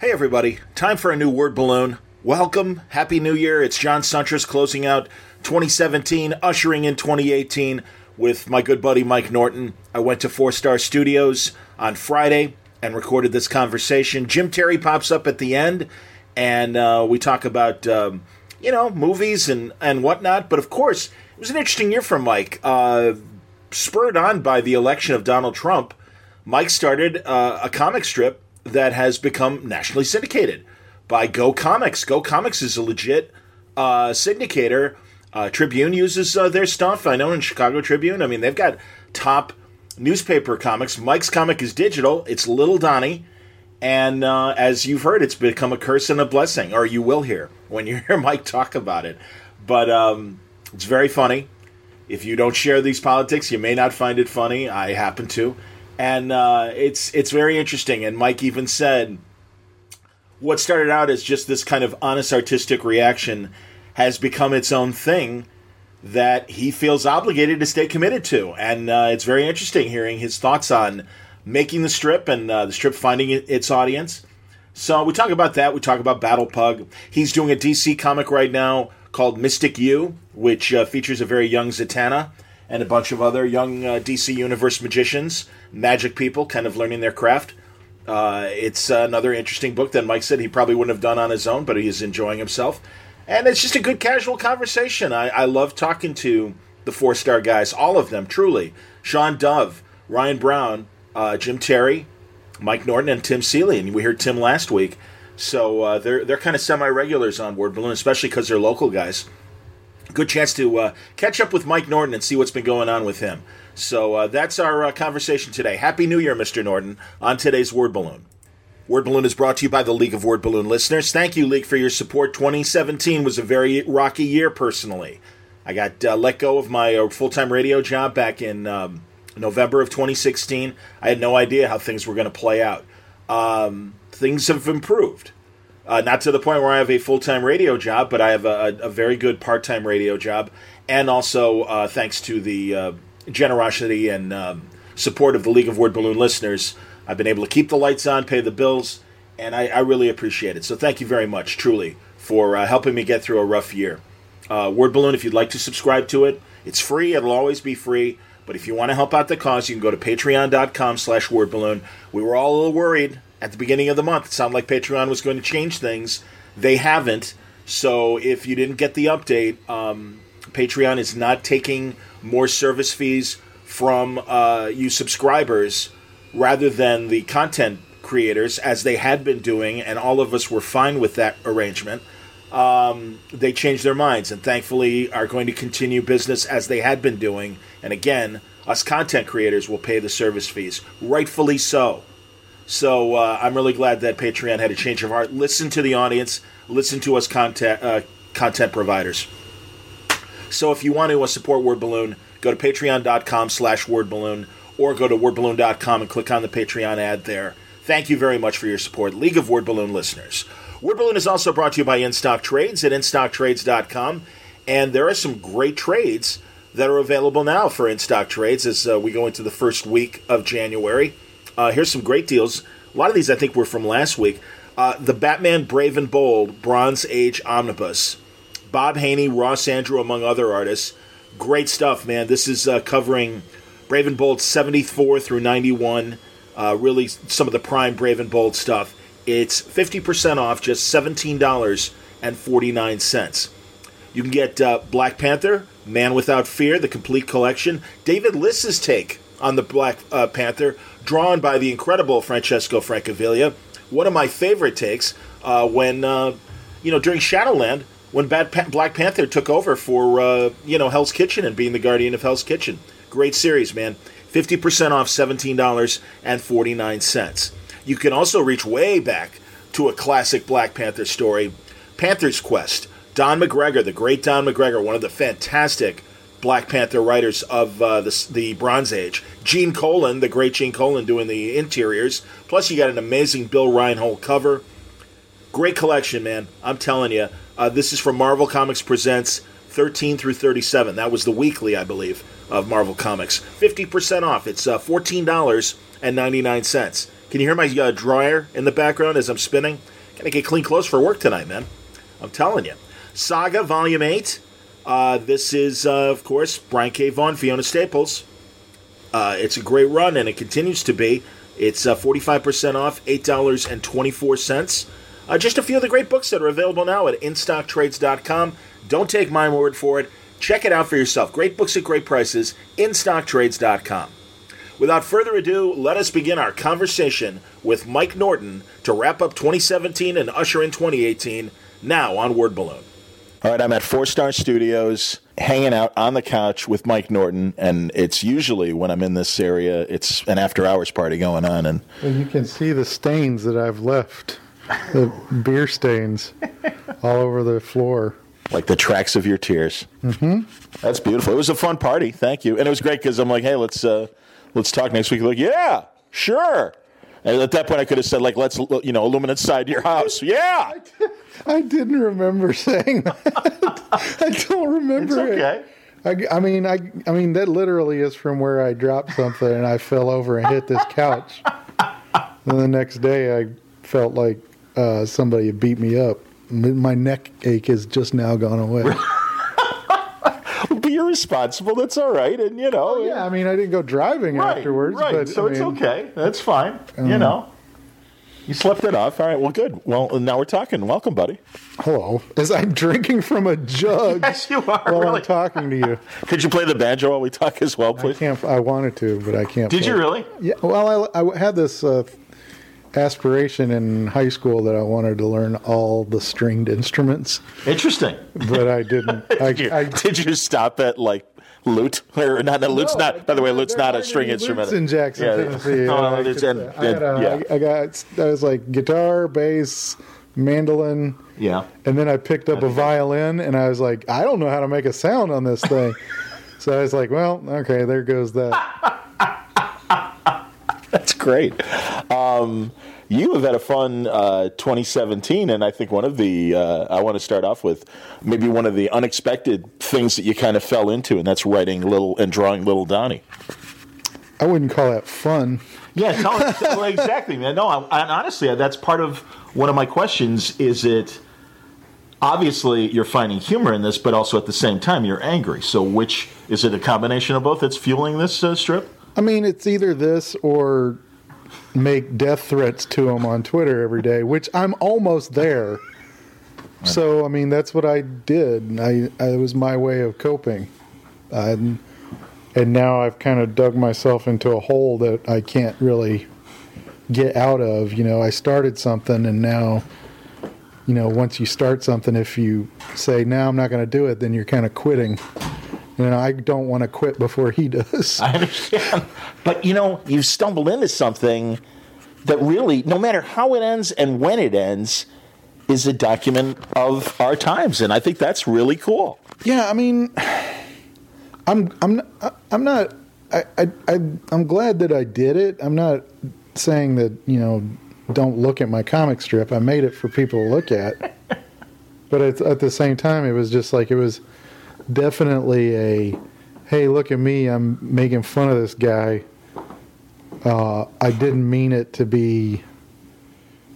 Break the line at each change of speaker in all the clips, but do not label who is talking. Hey, everybody. Time for a new word balloon. Welcome. Happy New Year. It's John Suntress closing out 2017, ushering in 2018 with my good buddy Mike Norton. I went to Four Star Studios on Friday and recorded this conversation. Jim Terry pops up at the end, and uh, we talk about, um, you know, movies and, and whatnot. But of course, it was an interesting year for Mike. Uh, spurred on by the election of Donald Trump, Mike started uh, a comic strip that has become nationally syndicated by Go Comics. Go Comics is a legit uh, syndicator. Uh, Tribune uses uh, their stuff. I know in Chicago Tribune. I mean, they've got top newspaper comics. Mike's comic is digital. It's Little Donnie, and uh, as you've heard, it's become a curse and a blessing, or you will hear when you hear Mike talk about it. But um, it's very funny. If you don't share these politics, you may not find it funny. I happen to, and uh, it's it's very interesting. And Mike even said, what started out as just this kind of honest artistic reaction has become its own thing that he feels obligated to stay committed to. And uh, it's very interesting hearing his thoughts on making the strip and uh, the strip finding it- its audience. So we talk about that. We talk about Battle Pug. He's doing a DC comic right now called Mystic U, which uh, features a very young Zatanna and a bunch of other young uh, DC Universe magicians, magic people, kind of learning their craft. Uh, it's another interesting book that Mike said he probably wouldn't have done on his own, but he is enjoying himself. And it's just a good casual conversation. I, I love talking to the four star guys, all of them, truly. Sean Dove, Ryan Brown, uh, Jim Terry, Mike Norton, and Tim Seeley. And we heard Tim last week. So uh, they're, they're kind of semi regulars on Word Balloon, especially because they're local guys good chance to uh, catch up with Mike Norton and see what's been going on with him. So uh, that's our uh, conversation today. Happy New Year, Mr. Norton, on today's Word Balloon. Word Balloon is brought to you by the League of Word Balloon listeners. Thank you, League, for your support. 2017 was a very rocky year personally. I got uh, let go of my uh, full time radio job back in um, November of 2016. I had no idea how things were going to play out. Um, things have improved uh, not to the point where I have a full time radio job, but I have a, a, a very good part time radio job, and also uh, thanks to the uh, generosity and um, support of the League of Word Balloon listeners, I've been able to keep the lights on, pay the bills, and I, I really appreciate it. So thank you very much, truly, for uh, helping me get through a rough year. Uh, Word Balloon, if you'd like to subscribe to it, it's free. It'll always be free. But if you want to help out the cause, you can go to patreon.com slash wordballoon. We were all a little worried at the beginning of the month. It sounded like Patreon was going to change things. They haven't. So if you didn't get the update, um, Patreon is not taking more service fees from uh, you subscribers rather than the content creators as they had been doing, and all of us were fine with that arrangement they changed their minds and thankfully are going to continue business as they had been doing. And again, us content creators will pay the service fees, rightfully so. So uh, I'm really glad that Patreon had a change of heart. Listen to the audience, listen to us content uh, content providers. So if you want to uh, support Word Balloon, go to patreon.com slash wordballoon or go to wordballoon.com and click on the Patreon ad there. Thank you very much for your support, League of Word Balloon listeners. Word Balloon is also brought to you by InStock Trades at InStockTrades.com. And there are some great trades that are available now for InStock Trades as uh, we go into the first week of January. Uh, here's some great deals. A lot of these I think were from last week. Uh, the Batman Brave and Bold Bronze Age Omnibus. Bob Haney, Ross Andrew, among other artists. Great stuff, man. This is uh, covering Brave and Bold 74 through 91. Uh, really, some of the prime Brave and Bold stuff. It's 50% off, just $17.49. You can get uh, Black Panther, Man Without Fear, the complete collection. David Liss's take on the Black uh, Panther, drawn by the incredible Francesco Francavilla. One of my favorite takes uh, when, uh, you know, during Shadowland, when Bad pa- Black Panther took over for, uh, you know, Hell's Kitchen and being the guardian of Hell's Kitchen. Great series, man. 50% off, $17.49. You can also reach way back to a classic Black Panther story, Panther's Quest. Don McGregor, the great Don McGregor, one of the fantastic Black Panther writers of uh, the, the Bronze Age. Gene Colan, the great Gene Colan, doing the interiors. Plus, you got an amazing Bill Reinhold cover. Great collection, man. I'm telling you. Uh, this is from Marvel Comics Presents 13 through 37. That was the weekly, I believe, of Marvel Comics. 50% off. It's uh, $14.99. Can you hear my uh, dryer in the background as I'm spinning? Gotta get clean clothes for work tonight, man. I'm telling you. Saga Volume 8. Uh, this is, uh, of course, Brian K. Vaughan, Fiona Staples. Uh, it's a great run, and it continues to be. It's uh, 45% off, $8.24. Uh, just a few of the great books that are available now at instocktrades.com. Don't take my word for it. Check it out for yourself. Great books at great prices, instocktrades.com. Without further ado, let us begin our conversation with Mike Norton to wrap up 2017 and usher in 2018. Now on Word Balloon. All right, I'm at Four Star Studios hanging out on the couch with Mike Norton, and it's usually when I'm in this area, it's an after hours party going on. And
And you can see the stains that I've left, the beer stains all over the floor.
like the tracks of your tears. Mm-hmm. That's beautiful. It was a fun party. Thank you, and it was great because I'm like, hey, let's uh, let's talk next week. Like, yeah, sure. And at that point, I could have said like, let's you know, illuminate side your house. Yeah,
I didn't remember saying that. I don't remember
okay.
it. I, I mean, I, I mean that literally is from where I dropped something and I fell over and hit this couch. and the next day, I felt like uh, somebody had beat me up. M- My neck ache has just now gone away.
but you're responsible. That's all right, and you know,
Oh, yeah, I mean, I didn't go driving
right,
afterwards.
Right.
but,
so
I
it's
mean, um,
okay. That's fine. you know, you slept it off. All right. Well, good. Well, now we're talking. Welcome, buddy.
Hello, as I'm drinking from a jug.
you are.
while I'm talking to you.
Could you play the banjo while we talk as well,
I
please?
can't. I wanted to, but I can't.
Did
play
you
it.
really?
Yeah. Well, I, I had this uh, aspiration in high school that I wanted to learn all the stringed instruments,
Interesting.
but I didn't.
Did you,
I, I,
did you stop at like lute or not? not lute's
No,
not. By the way,
there
lute's not a
aren't
string
any
instrument.
lutes in Jackson,
Yeah. Oh,
Tennessee.
No,
Uh,
no,
I
it's
just-
in-
I had a-
yeah.
I- I got. I was like guitar, bass, mandolin.
Yeah.
And then I picked up a violin and I was like, I don't know how to make a sound on this thing. so I was like, well, okay, there goes that.
That's great. Um, you have had a fun uh, 2017, and I think one of the uh, I want to start off with maybe one of the unexpected things that you kind of fell into, and that's writing little and drawing little Donnie.
I wouldn't call that fun.
Yeah, tell us, well, exactly, man. No, I, and honestly, that's part of one of my questions. Is it obviously you're finding humor in this, but also at the same time you're angry. So, which is it? A combination of both that's fueling this uh, strip?
I mean, it's either this or make death threats to him on Twitter every day, which I'm almost there. So, I mean, that's what I did. and I, I it was my way of coping. I, and now I've kind of dug myself into a hole that I can't really get out of. You know, I started something and now you know, once you start something if you say, "No, I'm not going to do it," then you're kind of quitting. You know, I don't want to quit before he does.
I understand. But you know, you've stumbled into something that really, no matter how it ends and when it ends, is a document of our times, and I think that's really cool.
Yeah, I mean, I'm I'm I'm not I I, I I'm glad that I did it. I'm not saying that you know don't look at my comic strip. I made it for people to look at, but at, at the same time, it was just like it was definitely a hey, look at me. I'm making fun of this guy. Uh, I didn't mean it to be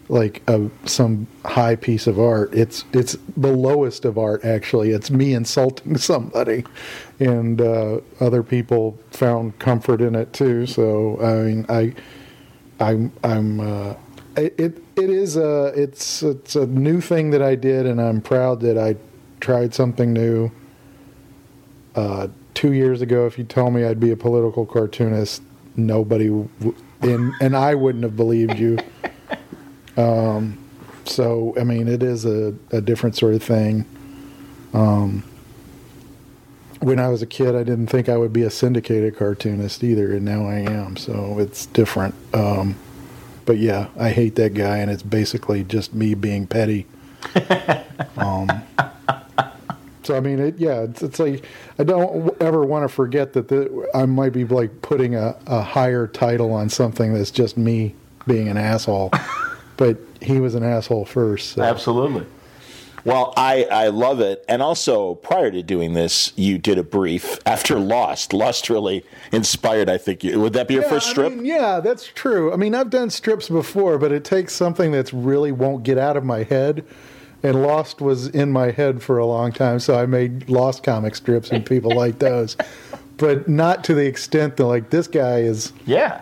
like a some high piece of art. It's it's the lowest of art actually. It's me insulting somebody, and uh, other people found comfort in it too. So I mean, I, I'm I'm uh, it it it is a it's it's a new thing that I did, and I'm proud that I tried something new. Uh, two years ago, if you told me I'd be a political cartoonist, nobody w- in and I wouldn't have believed you. So I mean, it is a, a different sort of thing. Um, when I was a kid, I didn't think I would be a syndicated cartoonist either, and now I am. So it's different. Um, but yeah, I hate that guy, and it's basically just me being petty. um, so I mean, it, yeah, it's, it's like I don't ever want to forget that the, I might be like putting a, a higher title on something that's just me being an asshole. But he was an asshole first. So.
Absolutely. Well, I, I love it. And also, prior to doing this, you did a brief after Lost. Lost really inspired, I think. You, would that be your
Yeah,
first
I
strip?
mean, yeah, that's true. I mean, I've done strips before, but it takes something that's really won't get out of my head. And Lost was in my head for a long time, so I made Lost comic strips and people like those, but not to the extent that like this guy is.
yeah.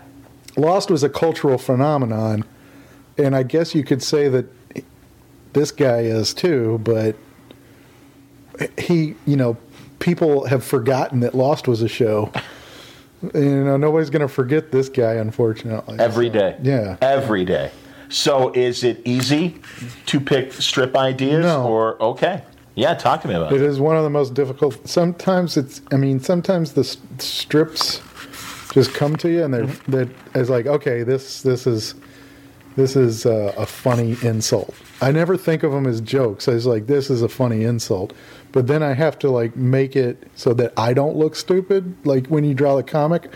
Lost was a cultural phenomenon, and I guess you could say that this guy is too, but he, you know, people have forgotten that Lost was a show. You know, nobody's going to forget this guy, unfortunately.
Every day.
Yeah.
Every day. So is it easy to pick strip ideas
No.
or okay? Yeah, talk to me about
It
it.
is one of the most difficult. Sometimes it's. I mean, sometimes the s- strips just come to you, and they're that is like, okay, this this is this is uh, a funny insult. I never think of them as jokes. I was like, this is a funny insult, but then I have to like make it so that I don't look stupid. Like when you draw the comic,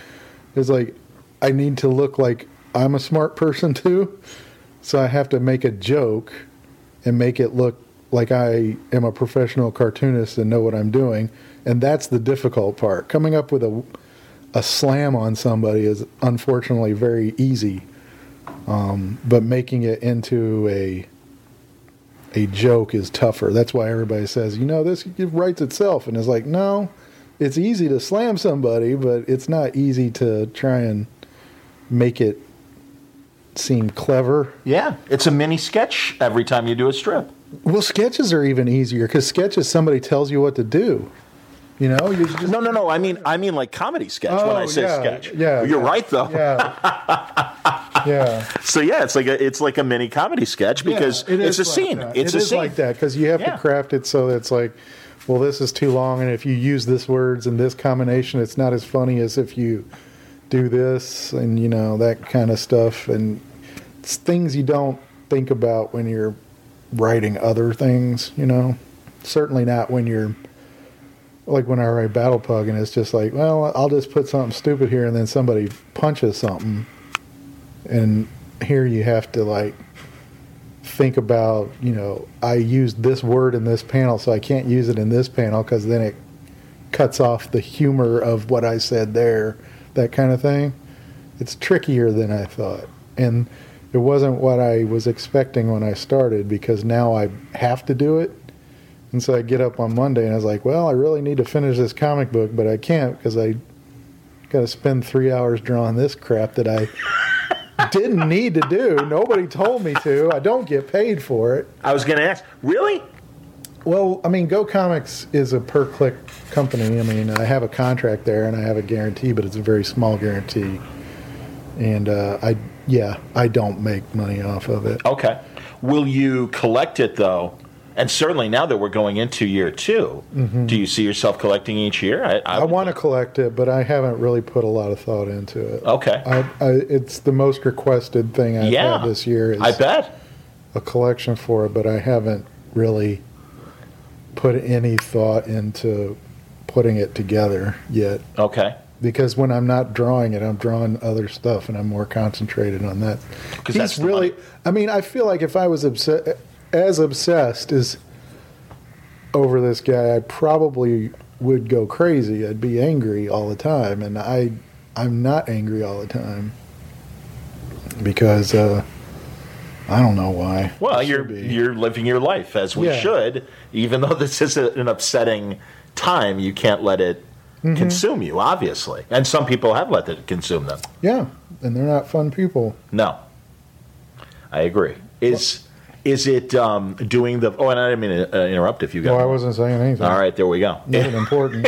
it's like I need to look like I'm a smart person too, so I have to make a joke and make it look like I am a professional cartoonist and know what I'm doing. And that's the difficult part. Coming up with a a slam on somebody is unfortunately very easy, um, but making it into a a joke is tougher. That's why everybody says, you know, this it writes itself, and it's like, no, it's easy to slam somebody, but it's not easy to try and make it seem clever
Yeah, it's a mini sketch every time you do a strip.
Well, sketches are even easier because sketches somebody tells you what to do. You know, you just
No, no, no. I mean, I mean like comedy sketch when I
Oh,
say
yeah,
sketch.
yeah,
you're
yeah.
right though.
yeah, yeah.
So yeah, it's like a it's like a mini comedy sketch because
Yeah, it
it's
is
a
like
scene.
that.
It's a
It is
scene.
like that because you have
Yeah.
to craft it so that it's like, well, this is too long, and if you use this words and this combination, it's not as funny as if you do this and you know that kind of stuff, and it's things you don't think about when you're writing other things. You know, certainly not when you're like when I write Battle Pug, and it's just like, well, I'll just put something stupid here, and then somebody punches something, and here you have to like think about, you know, I used this word in this panel, so I can't use it in this panel because then it cuts off the humor of what I said there, that kind of thing. It's trickier than I thought. And it wasn't what I was expecting when I started because now I have to do it. And so I get up on Monday and I was like, well, I really need to finish this comic book, but I can't because I got to spend three hours drawing this crap that I didn't need to do. Nobody told me to. I don't get paid for it.
I was going to ask, really?
Well, I mean, Go Comics is a per click company. I mean, I have a contract there and I have a guarantee, but it's a very small guarantee. And uh, I, yeah, I don't make money off of it.
Okay. Will you collect it though? And certainly now that we're going into year 2 do you see yourself collecting each year? I,
Mm-hmm. I want to collect it, but I haven't really put a lot of thought into it.
Okay.
I, I, it's the most requested thing I've
yeah.
had this year. Is
I bet.
a collection for it, but I haven't really put any thought into putting it together yet.
Okay.
because when I'm not drawing it, I'm drawing other stuff, and I'm more concentrated on that.
'Cause
He's
that's the
really.
money.
I mean, I feel like if I was obsessed, as obsessed as over this guy, I probably would go crazy. I'd be angry all the time, and I, I'm not angry all the time because uh, I don't know why.
Well,
I should
you're
be.
you're living your life as we
Yeah.
should, even though this is a, an upsetting time. You can't let it
Mm-hmm.
consume you, obviously. And some people have let it consume them.
yeah, and they're not fun people.
No, I agree. Is is it um, doing the? Oh, and I didn't mean to uh, interrupt if you got.
No, I wasn't saying anything.
All right, there we go.
Not important.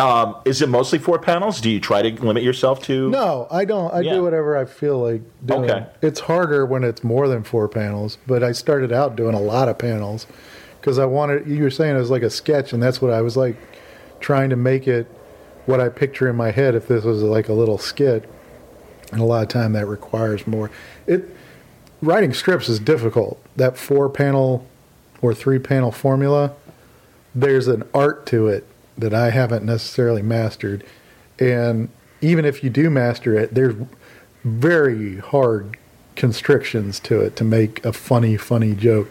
Um, is it mostly four panels? Do you try to limit yourself to?
No, I don't. I
Yeah.
do whatever I feel like doing.
Okay.
It's harder when it's more than four panels, but I started out doing a lot of panels because I wanted, you were saying it was like a sketch, and that's what I was like trying to make it what I picture in my head if this was like a little skit. And a lot of time that requires more. It Writing scripts is difficult. That four panel or three panel formula there's an art to it that I haven't necessarily mastered. And even if you do master it, there's very hard constrictions to it to make a funny, funny joke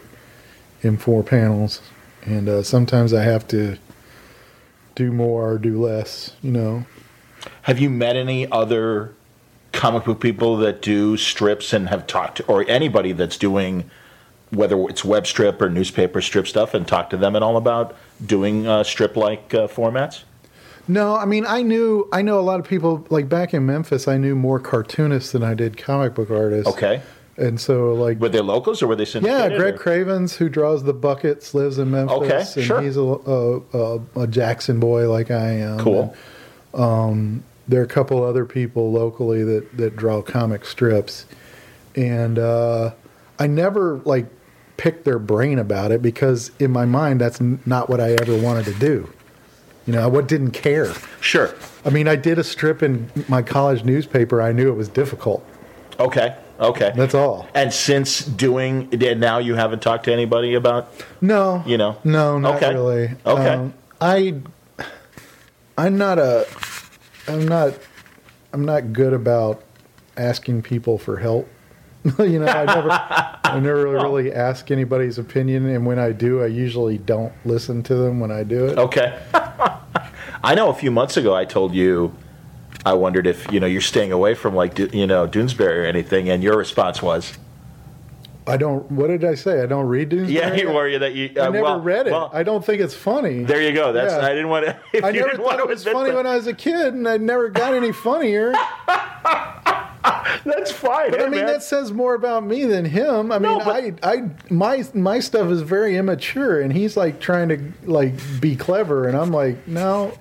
in four panels, and uh, sometimes I have to do more or do less. You know,
Have you met any other comic book people that do strips and have talked, or anybody that's doing whether it's web strip or newspaper strip stuff, and talked to them at all about doing uh, strip like uh, formats?
No, I mean I knew I know a lot of people like back in Memphis. I knew more cartoonists than I did comic book artists.
Okay,
and so like
were they locals or were they
yeah,
syndicated?
Greg
or-
Cravens who draws the buckets lives in Memphis.
Okay,
and
sure.
He's a, a, a, a Jackson boy like I am. And um,
Cool.
there are a couple other people locally that that draw comic strips, and uh, I never like picked their brain about it because in my mind that's n- not what I ever wanted to do. You know, I what didn't care.
Sure.
I mean, I did a strip in my college newspaper. I knew it was difficult.
Okay. Okay.
That's all.
and since doing now, you haven't talked to anybody about.
No,
You know?
no, not
Okay.
really. Um,
Okay.
I, I'm not a, I'm not, I'm not good about asking people for help. you know, I never, I never
Oh.
really ask anybody's opinion, and when I do, I usually don't listen to them when I do it.
Okay. I know a few months ago I told you I wondered if you know you're staying away from like do- you know Doonesbury or anything, and your response was
I don't. What did I say? I don't read Doonesbury.
yeah, you were that you
I
uh,
never
well-
read it.
well,
I don't think it's funny.
there you go. That's
Yeah.
I didn't want to. If
I
you
never
didn't
thought
want to
it was
admit
funny
that-
when I was a kid, and I never got any funnier.
That's fine.
But
hey,
I mean,
man.
that says more about me than him. I
No,
mean, I, I, my, my stuff is very immature, and he's like trying to like be clever, and I'm like, no,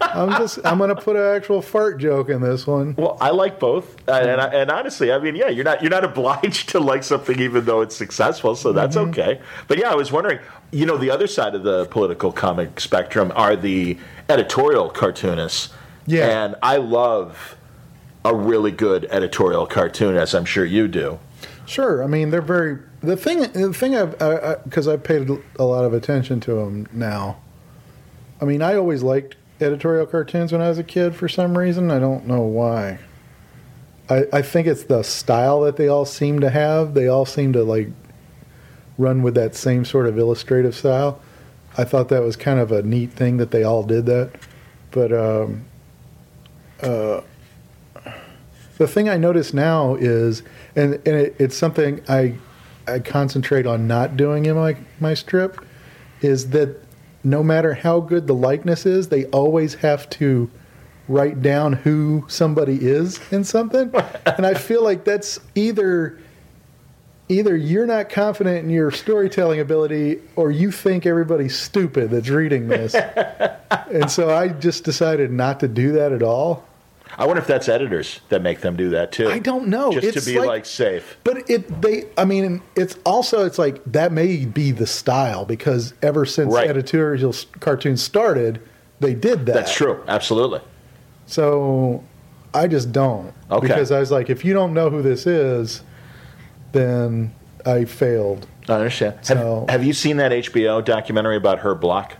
I'm just, I'm gonna put an actual fart joke in this one.
Well, I like both, uh,
Mm-hmm.
and I, and honestly, I mean, yeah, you're not you're not obliged to like something even though it's successful, so that's
Mm-hmm.
okay. But yeah, I was wondering, you know, the other side of the political comic spectrum are the editorial cartoonists,
Yeah.
and I love a really good editorial cartoon, as I'm sure you do.
Sure, I mean, they're very the thing. The thing I've because I, have paid a lot of attention to them now. I mean, I always liked editorial cartoons when I was a kid for some reason. I don't know why. I, I think it's the style that they all seem to have. They all seem to like run with that same sort of illustrative style. I thought that was kind of a neat thing that they all did that. But um, uh, the thing I notice now is, and, and it, it's something I, I concentrate on not doing in my, my strip, is that no matter how good the likeness is, they always have to write down who somebody is in something. and I feel like that's either either you're not confident in your storytelling ability or you think everybody's stupid that's reading this. and so I just decided not to do that at all.
I wonder if that's editors that make them do that too.
I don't know.
Just
It's
to be
like-
like, safe.
But it they I mean it's also it's like that may be the style because ever since
Right.
editorial s- cartoons started, they did that.
That's true. Absolutely.
So I just don't.
Okay.
Because I was like, if you don't know who this is, then I failed.
I understand. Have-
So-
have you seen that HBO documentary about her block?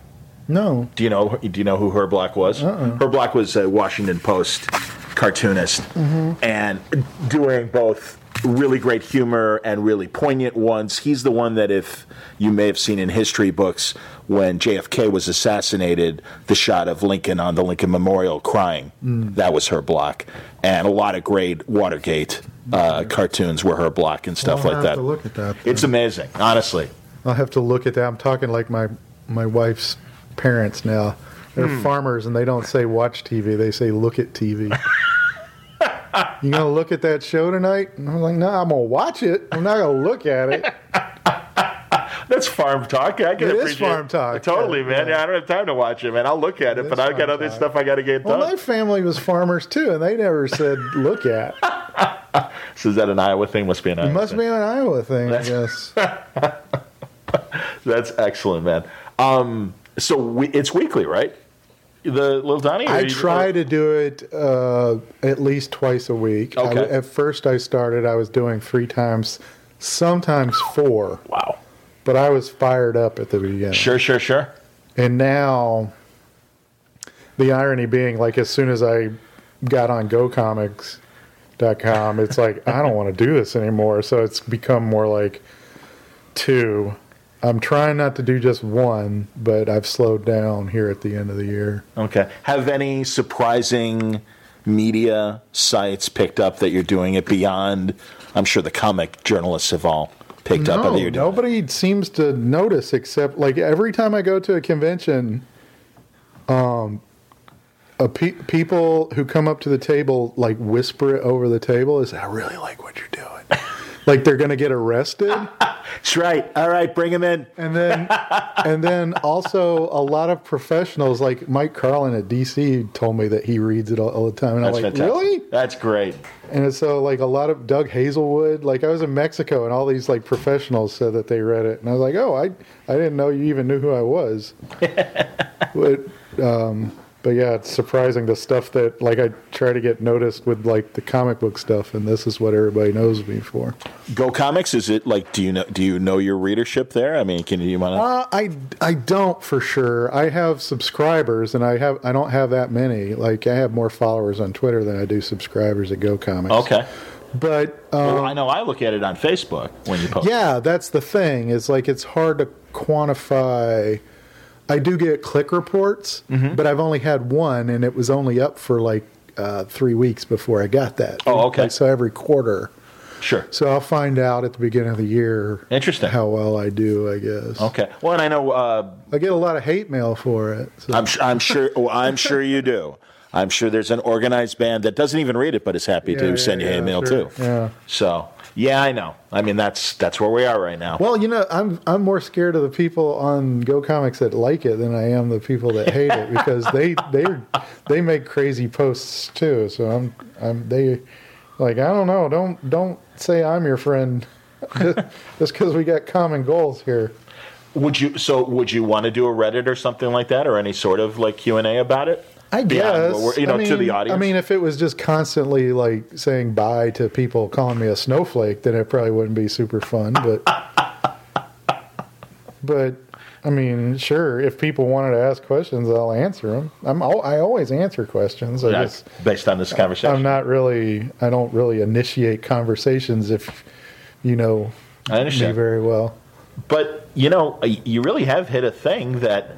No.
Do you know? Do you know who Herb Block was? Herb Block was a Washington Post cartoonist, and doing both really great humor and really poignant ones. He's the one that, if you may have seen in history books, when JFK was assassinated, the shot of Lincoln on the Lincoln Memorial crying. That was Herb Block, and a lot of great Watergate uh, cartoons were Herb Block and stuff like that.
look at that.
It's amazing, honestly.
I'll have to look at that. I'm talking like my my wife's parents now. They're
Hmm.
farmers and they don't say watch TV. They say look at TV. you gonna look at that show tonight? And I'm like, no, I'm gonna watch it. I'm not gonna look at it.
That's farm talk. I can
It is
appreciate
farm talk.
Totally,
Yeah,
man. Yeah. I don't have time to watch it, man. I'll look at it,
is
but I've got
farm
other
talk.
stuff I got to get
Well,
done.
my family was farmers too, and they never said look at.
so is that an Iowa thing? Must be an Iowa.
It must
thing.
be an Iowa thing, I
That's-
guess.
That's excellent, man. Um, so we, it's weekly, right? The Lil Donnie. or
I
you-
try to do it uh, at least twice a week. I-
Okay.
at first, I started. I was doing three times, sometimes four.
Wow.
but I was fired up at the beginning.
Sure, sure, sure.
And now, the irony being, like, as soon as I got on GoComics.com, it's like, I don't want to do this anymore. So it's become more like two. I'm trying not to do just one, but I've slowed down here at the end of the year.
Okay. Have any surprising media sites picked up that you're doing it beyond? I'm sure the comic journalists have all picked up
No,
that you're doing. it.
nobody seems to notice except like every time I go to a convention, um, a pe- people who come up to the table like whisper it over the table. Is I really like what you're doing. like they're going to get arrested.
That's right. All right, bring him in.
And then, and then also a lot of professionals like Mike Carlin at DC told me that he reads it all, all the time, and
That's
I'm like,
fantastic.
really?
That's great.
And it's so like a lot of Doug Hazelwood. Like I was in Mexico, and all these like professionals said that they read it, and I was like, oh, I I didn't know you even knew who I was. but um, but yeah, it's surprising the stuff that like I try to get noticed with like the comic book stuff, and this is what everybody knows me for.
Go Comics. Is it like? Do you know? Do you know your readership there? I mean, can you want to?
Uh, I I don't for sure. I have subscribers, and I have I don't have that many. Like I have more followers on Twitter than I do subscribers at Go Comics.
okay.
but um,
Well, I know. I look at it on Facebook when you post.
yeah, that's the thing. Is like it's hard to quantify. I do get click reports,
Mm-hmm.
but I've only had one, and it was only up for like uh, three weeks before I got that.
Oh, okay.
Like, so every quarter,
Sure.
so I'll find out at the beginning of the year.
Interesting.
How well I do, I guess.
Okay. Well, and I know. Uh,
I get a lot of hate mail for it. So.
I'm, su- I'm sure. well, I'm sure you do. I'm sure there's an organized band that doesn't even read it, but is happy to
Yeah, yeah,
send you
yeah,
hate mail
sure.
too.
Yeah.
So yeah, I know. I mean, that's that's where we are right now.
Well, you know, I'm I'm more scared of the people on Go Comics that like it than I am the people that hate it because they they they make crazy posts too. So I'm I'm they like I don't know. Don't don't say I'm your friend just because we got common goals here.
Would you? So would you want to do a Reddit or something like that, or any sort of like Q and A about it?
I
Beyond what
guess
we're- you know,
I mean,
to the audience.
I mean, if it was just constantly like saying bye to people calling me a snowflake, then it probably wouldn't be super fun. But, but I mean, sure, if people wanted to ask questions, I'll answer them. I'm al- I always answer questions. I
That's
just
based on this conversation.
I'm not really I don't really initiate conversations if you know
I understand.
me very well.
but you know, you really have hit a thing that.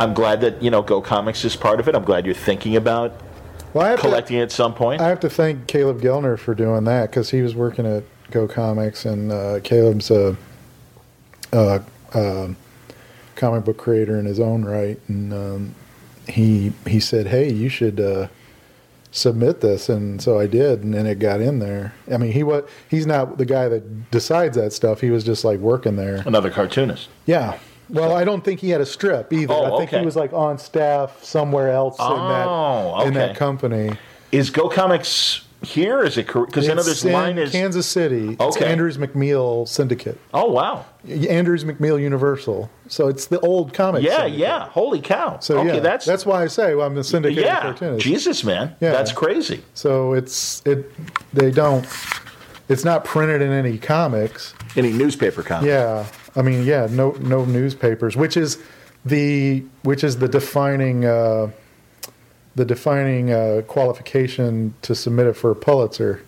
I'm glad that you know Go Comics is part of it. I'm glad you're thinking about
Well, I have to-
collecting at some point.
I have to thank Caleb Gellner for doing that because he was working at Go Comics, and uh, Caleb's a, a, um comic book creator in his own right, and um, he he said, "Hey, you should uh, submit this," and so I did, and then it got in there. I mean, he was he's not the guy that decides that stuff. He was just like working there.
Another cartoonist.
Yeah. Well, I don't think he had a strip either.
Oh,
I think
okay.
he was like on staff somewhere else
Oh,
in that in
okay.
that company.
Is Go Comics here? Is it because I know
It's
this
in
line is?
Kansas City. It's
Okay.
Andrews McMeel Syndicate.
Oh wow!
Andrews McMeel Universal. So it's the old comic.
Yeah,
syndicate.
yeah. Holy cow!
So
okay,
yeah,
that's
that's that's why I say well, I'm the syndicate of
yeah.
cartoonist.
Jesus, man,
Yeah.
that's crazy.
So it's it they don't. It's not printed in any comics.
Any newspaper comic?
Yeah, I mean, yeah, no, no newspapers, which is the which is the defining uh, the defining uh, qualification to submit it for a Pulitzer.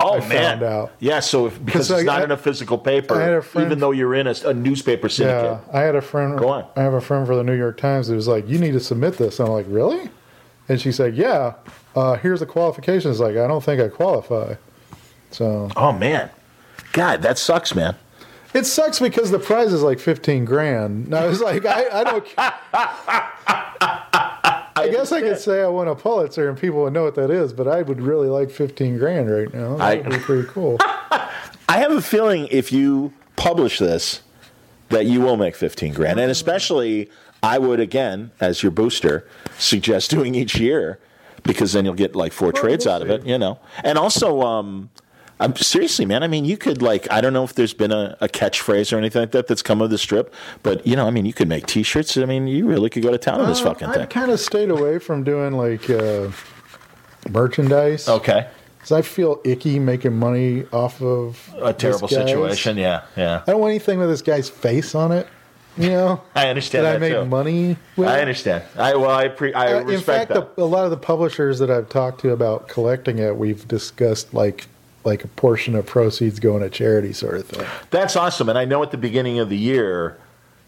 Oh
I
man.
found out.
Yeah. So if, because
'Cause
it's
I-
not
I-
in a physical
I had
paper,
a friend-
even though you're in a, a newspaper syndicate.
Yeah, I had a friend.
Go on.
I have a friend for the New York Times that was like, "You need to submit this." And I'm like, "Really?" And she said, "Yeah. Uh, here's the qualifications." Like, I don't think I qualify. So
Oh man, God, that sucks, man.
it sucks because the prize is like fifteen grand. And I was like, I, I don't. ca- I guess I could say I won a Pulitzer and people would know what that is, but I would really like fifteen grand right now. That
I-
would be pretty cool.
I have a feeling if you publish this, that you will make fifteen grand, and especially I would again, as your booster, suggest doing each year because then you'll get like four trades
we'll
out of it, you know. And also, um, I'm seriously, man. I mean, you could like I don't know if there's been a, a catchphrase or anything like that that's come of the strip, but you know, I mean, you could make T-shirts. I mean, you really could go to town on this
Uh,
fucking
I've
thing.
kind of stayed away from doing like uh, merchandise.
Okay,
Because I feel icky making money off of
a
this
terrible
guy's-
situation. Yeah, yeah.
I don't want anything with this guy's face on it. You know,
I understand
that,
that
I make
too.
money with.
I understand. I well, I pre- I
Uh,
respect
in fact,
that.
the, a lot of the publishers that I've talked to about collecting it, we've discussed like like a portion of proceeds going to charity sort of thing.
That's awesome. And I know at the beginning of the year,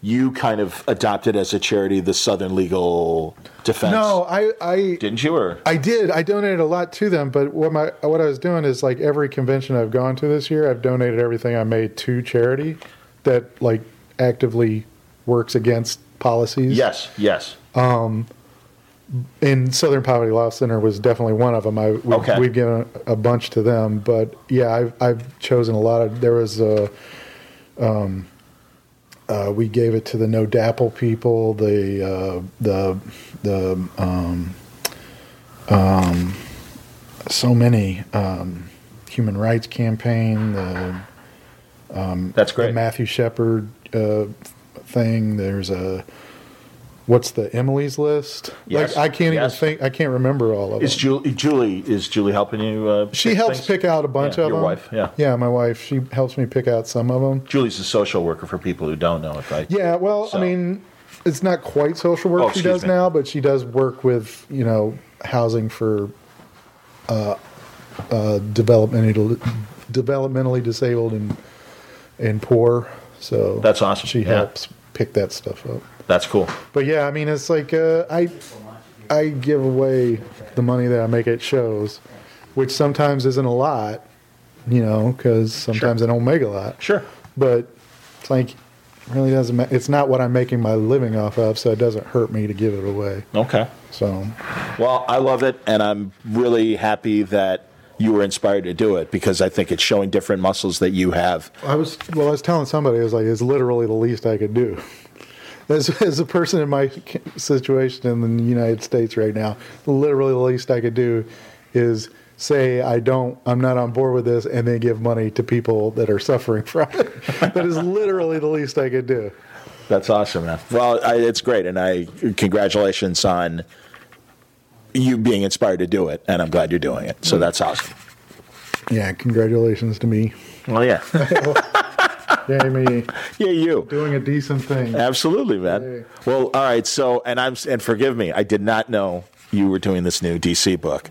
you kind of adopted as a charity the Southern Legal Defense.
No, I I
Didn't you? Or
I did. I donated a lot to them, but what my what I was doing is like every convention I've gone to this year, I've donated everything I made to charity that like actively works against policies.
yes, yes.
And Southern Poverty Law Center was definitely one of them. I we,
Okay.
we've given a bunch to them, but yeah, I've I've chosen a lot of. There was a, um, uh, we gave it to the No Dapple people, the uh, the the um, um, so many um, human rights campaign, the
That's great.
the Matthew Shepard uh, thing. There's a what's the Emily's list?
Yes,
Like I can't
yes.
even think. I can't remember all of
Is
them.
Julie, Julie is Julie helping you? Uh,
She helps
things?
pick out a bunch
Yeah,
of
your
them.
wife, yeah.
yeah, my wife. She helps me pick out some of them.
Julie's a social worker for people who don't know. If I
Yeah, well,
So-
I mean, it's not quite social work
Oh,
she
excuse
does
me.
now, but she does work with you know housing for uh, uh, developmentally developmentally disabled and and poor. So
That's awesome.
She
Yeah.
helps pick that stuff up.
that's cool.
But yeah, I mean, it's like uh, I I give away the money that I make at shows, which sometimes isn't a lot, you know, because sometimes I don't make a lot.
Sure.
But it's like it really doesn't. Ma- it's not what I'm making my living off of, so it doesn't hurt me to give it away.
Okay.
So
Well, I love it, and I'm really happy that you were inspired to do it because I think it's showing different muscles that you have.
I was well. I was telling somebody, I was like, it's literally the least I could do. As, as a person in my c- situation in the United States right now, literally the least I could do is say I don't, I'm not on board with this, and then give money to people that are suffering from it. that is literally the least I could do.
That's awesome, man. Well, I, it's great, and I congratulations on you being inspired to do it, and I'm glad you're doing it. So that's awesome.
Yeah, congratulations to me.
Well, yeah,
Yay, me
yeah, you.
doing a decent thing.
Absolutely, man.
Yay.
Well, all right. So, and I'm and forgive me, I did not know you were doing this new DC book.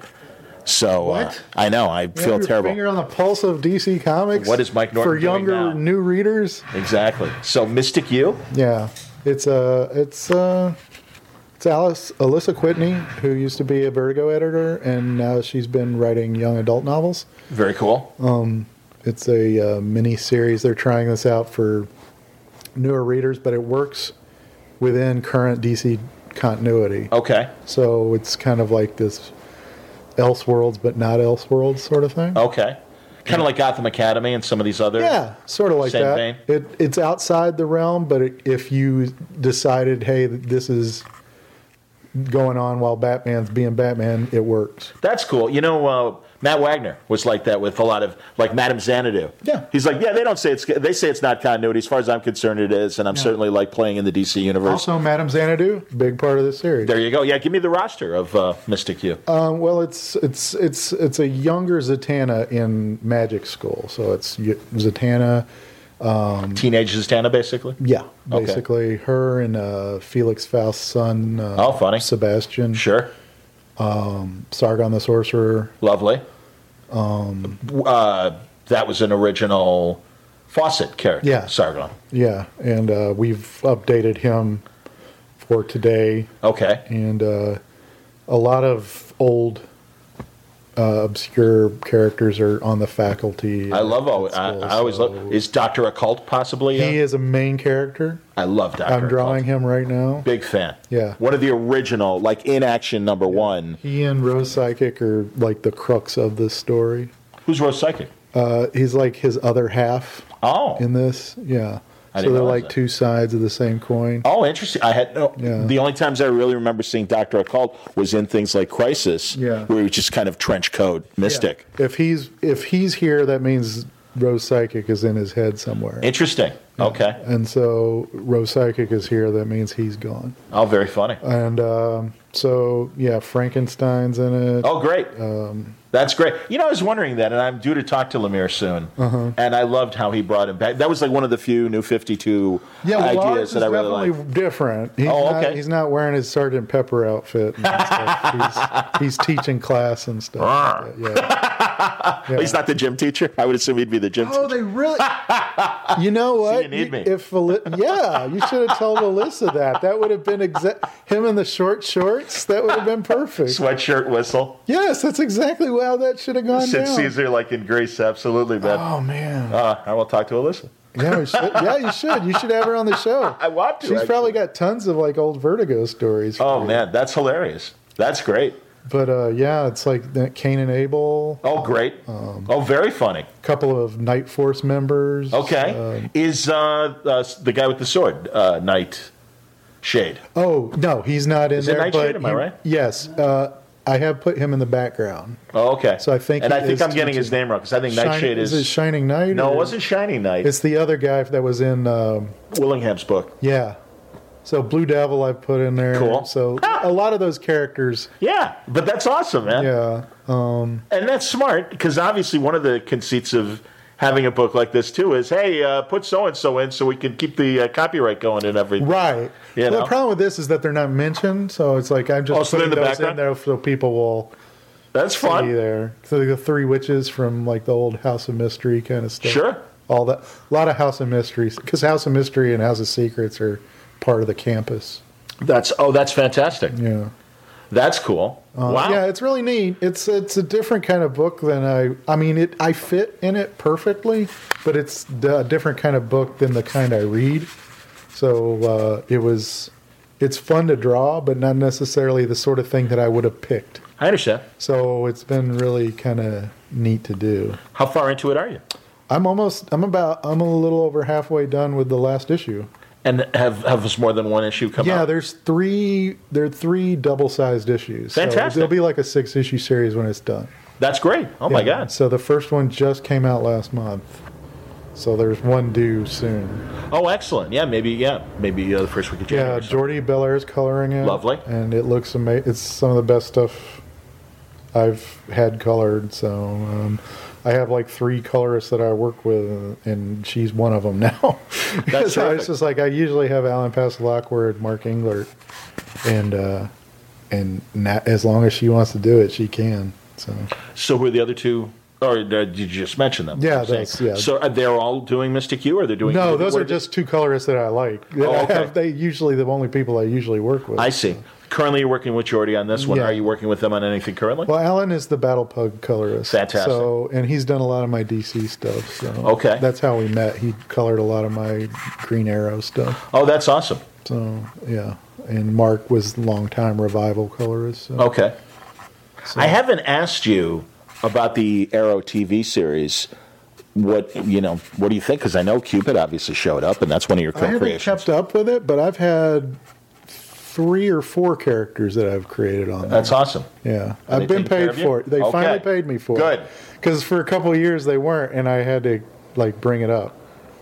So Uh,
What?
I know I
You have
feel
your
terrible.
Finger on the pulse of DC Comics.
What is Mike Norton
for
doing
younger
now?
new readers?
Exactly. So Mystic You.
Yeah, it's uh, it's uh, it's Alice Alyssa Whitney, who used to be a Vertigo editor, and now she's been writing young adult novels.
Very cool.
Uh-huh. It's a uh, mini series. They're trying this out for newer readers, but it works within current DC continuity.
Okay.
So it's kind of like this Elseworlds, but not Elseworlds sort of thing.
Okay. Kind of like Gotham Academy and some of these other.
Yeah, sort of like
Same
that.
vein?
It, it's outside the realm, but it, if you decided, hey, th- this is going on while Batman's being Batman, it works.
That's cool. You know, uh, Matt Wagner was like that with a lot of like Madame Xanadu.
Yeah.
He's like, yeah, they don't say it's they say it's not continuity. As far as I'm concerned, it is, and I'm certainly like playing in the DC universe.
Also, Madame Xanadu, big part of this series.
there you go. Yeah, give me the roster of uh, Mystic You.
Um, well, it's it's it's it's a younger Zatanna in Magic School, so it's y- Zatanna. Um,
Teenage Zatanna, basically.
Yeah,
Okay.
basically her and uh, Felix Faust's son. Uh,
Oh, funny.
Sebastian.
Sure.
Sargon the Sorcerer.
Lovely. Um, uh, that was an original Fawcett character.
Yeah.
Sargon.
Yeah, and uh, we've updated him for today.
Okay.
and uh, a lot of old uh, obscure characters are on the faculty.
I love. Always,
at
I,
school,
I always
so-
love. Is Doctor Occult possibly?
He
uh,
is a main character.
I love Doctor.
I'm drawing him right now.
Big fan.
Yeah.
One of the original, like in action number one.
He and Rose Psychic are like the crux of this story.
Who's Rose Psychic?
Uh, he's like his other half
Oh.
in this. Yeah.
I
so
didn't
they're
realize
like
that.
two sides of the same coin.
Oh, interesting. I had no.
Yeah.
The only times I really remember seeing Doctor Occult was in things like Crisis,
Yeah.
where he was just kind of trench code mystic.
If he's if he's here, that means Rose Psychic is in his head somewhere.
Interesting. Okay.
And so Rose Psychic is here. That means he's gone.
Oh, very funny.
And um, so, yeah, Frankenstein's in it.
Oh, great.
um,
That's great. You know, I was wondering that, and I'm due to talk to Lemire soon.
Uh-huh.
And I loved how he brought him back. That was like one of the few new 52
yeah,
ideas
Lars is
that I really
definitely
like.
different. He's
Oh,
Not,
okay.
he's not wearing his Sergeant Pepper outfit. And stuff. he's, he's teaching class and stuff. like that, yeah.
He's not the gym teacher. I would assume he'd be the gym
Oh,
teacher.
they really. You know what?
didn't need me.
If Ali- yeah, you should have told Alyssa that. That would have been exa- him in the short shorts. That would have been perfect.
Sweatshirt whistle.
Yes, that's exactly how that should have gone
Sid
down.
Caesar, like in Greece. Absolutely, man.
Oh man.
Uh, I will talk to Alyssa.
Yeah, we should. yeah, you should. You should have her on the show.
I want to,
She's
actually.
probably got tons of like old Vertigo stories. for
Oh,
you.
man. That's hilarious. That's great.
But uh, yeah, it's like that Cain and Abel,
Oh, great.
Um,
oh, very funny.
couple of Night Force members.
Okay. Is uh, uh, the guy with the sword, uh, Night Shade?
Uh, oh no, he's not in
it
there.
Nightshade,
but
am I
he-
right?
Yes, uh, I have put him in the background.
Oh, okay.
So I think
and
he
I think
is
I'm getting his
teaching-
name wrong because I think
Shine-
Nightshade is.
it Shining Knight?
no,
or-
it wasn't Shiny Knight.
It's the other guy that was in. Um,
Willingham's book.
yeah. So Blue Devil, I put in there.
Cool.
So a lot of those characters.
Yeah, but that's awesome, man.
Yeah. Um,
And that's smart because obviously one of the conceits of having a book like this too is, hey, uh, put so and so in so we can keep the uh, copyright going and everything.
right.
You
Well,
know?
the problem with this is that they're not mentioned, so it's like I'm just
Oh, so they're in
putting
the
those in
background?
there so people will
That's
see
fun.
there. So the three witches from like the old House of Mystery kind of stuff.
Sure.
All that, a lot of House of Mysteries, because House of Mystery and House of Secrets are part of the campus.
That's oh, that's fantastic.
Yeah.
That's cool.
Uh,
wow.
Yeah, it's really neat. It's it's a different kind of book than I. I mean, it I fit in it perfectly, but it's d- a different kind of book than the kind I read. So uh, it was, it's fun to draw, but not necessarily the sort of thing that I would have picked.
I understand.
So it's been really kind of neat to do.
How far into it are you?
I'm almost. I'm about. I'm a little over halfway done with the last issue.
And have have us more than one issue come
Yeah,
out?
there's three. There are three double-sized issues.
Fantastic.
So it'll be like a six-issue series when it's done.
That's great. Oh my
Yeah,
god.
So the first one just came out last month. So there's one due soon.
Oh, excellent. Yeah, maybe. Yeah, maybe uh, the first week of January.
Yeah,
or something.
Jordi Belair is coloring it.
Lovely.
And it looks amazing. It's some of the best stuff I've had colored. So um, I have like three colorists that I work with, and she's one of them now.
That's
so
terrific.
it's just like I usually have Alan Paslockwood, Mark Englert, and uh, and na as long as she wants to do it, she can. So
So who are the other two? Or uh, did you just mention them?
Yeah,
I'm saying.
that's- yeah.
So are they all doing Mystic U, or they're doing?
No, those
what
are just two colorists that I like.
Oh, okay.
I have, they usually the only people I usually work with.
I see. Currently, you're working with Jordy on this one.
Yeah.
Are you working with them on anything currently?
Well, Alan is the Battle Pug colorist.
Fantastic.
So, and he's done a lot of my DC stuff. So
Okay.
that's how we met. He colored a lot of my Green Arrow stuff.
oh, that's awesome.
So yeah, and Mark was longtime revival colorist. So.
Okay. I haven't asked you about the Arrow TV series. What you know? What do you think? Because I know Cupid obviously showed up, and that's one of your
I haven't
co-creations.
kept up with it, but I've had three or four characters that I've created on there.
That's awesome.
Yeah,
Are they
I've
taking
been
care
paid
of you?
for it. They
Okay.
finally paid me for
Good.
it. Because for a couple of years they weren't, and I had to like bring it up.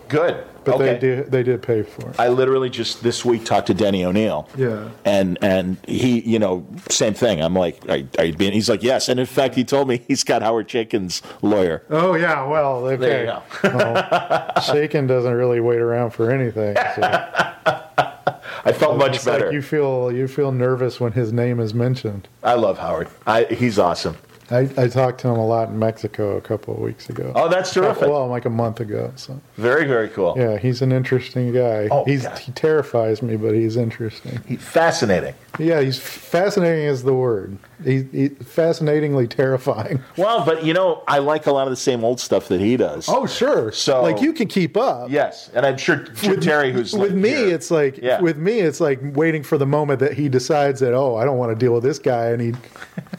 Good.
But
okay.
they did. They did pay for it.
I literally just this week talked to Denny O'Neill.
Yeah.
And and he, you know, same thing. I'm like, are, are you being? He's like, yes. And in fact, he told me he's got Howard Jenkins' lawyer.
Oh yeah. Well, okay.
There you
Well, Shaken doesn't really wait around for anything. So
I felt much
it's
better.
Like you feel you feel nervous when his name is mentioned.
I love Howard. I, he's awesome.
I, I talked to him a lot in Mexico a couple of weeks ago.
Oh, that's terrific.
Well, like a month ago. So
Very very cool.
yeah, he's an interesting guy.
Oh,
he's
God.
he terrifies me, but he's interesting.
He- Fascinating.
Yeah, he's fascinating is the word. He, he fascinatingly terrifying.
Well, but you know, I like a lot of the same old stuff that he does.
Oh, sure.
So-
like you can keep up.
yes, and I'm sure Jim Terry, who's
with
like
me,
here-
it's like
Yeah.
with me, it's like waiting for the moment that he decides that oh, I don't want to deal with this guy, and he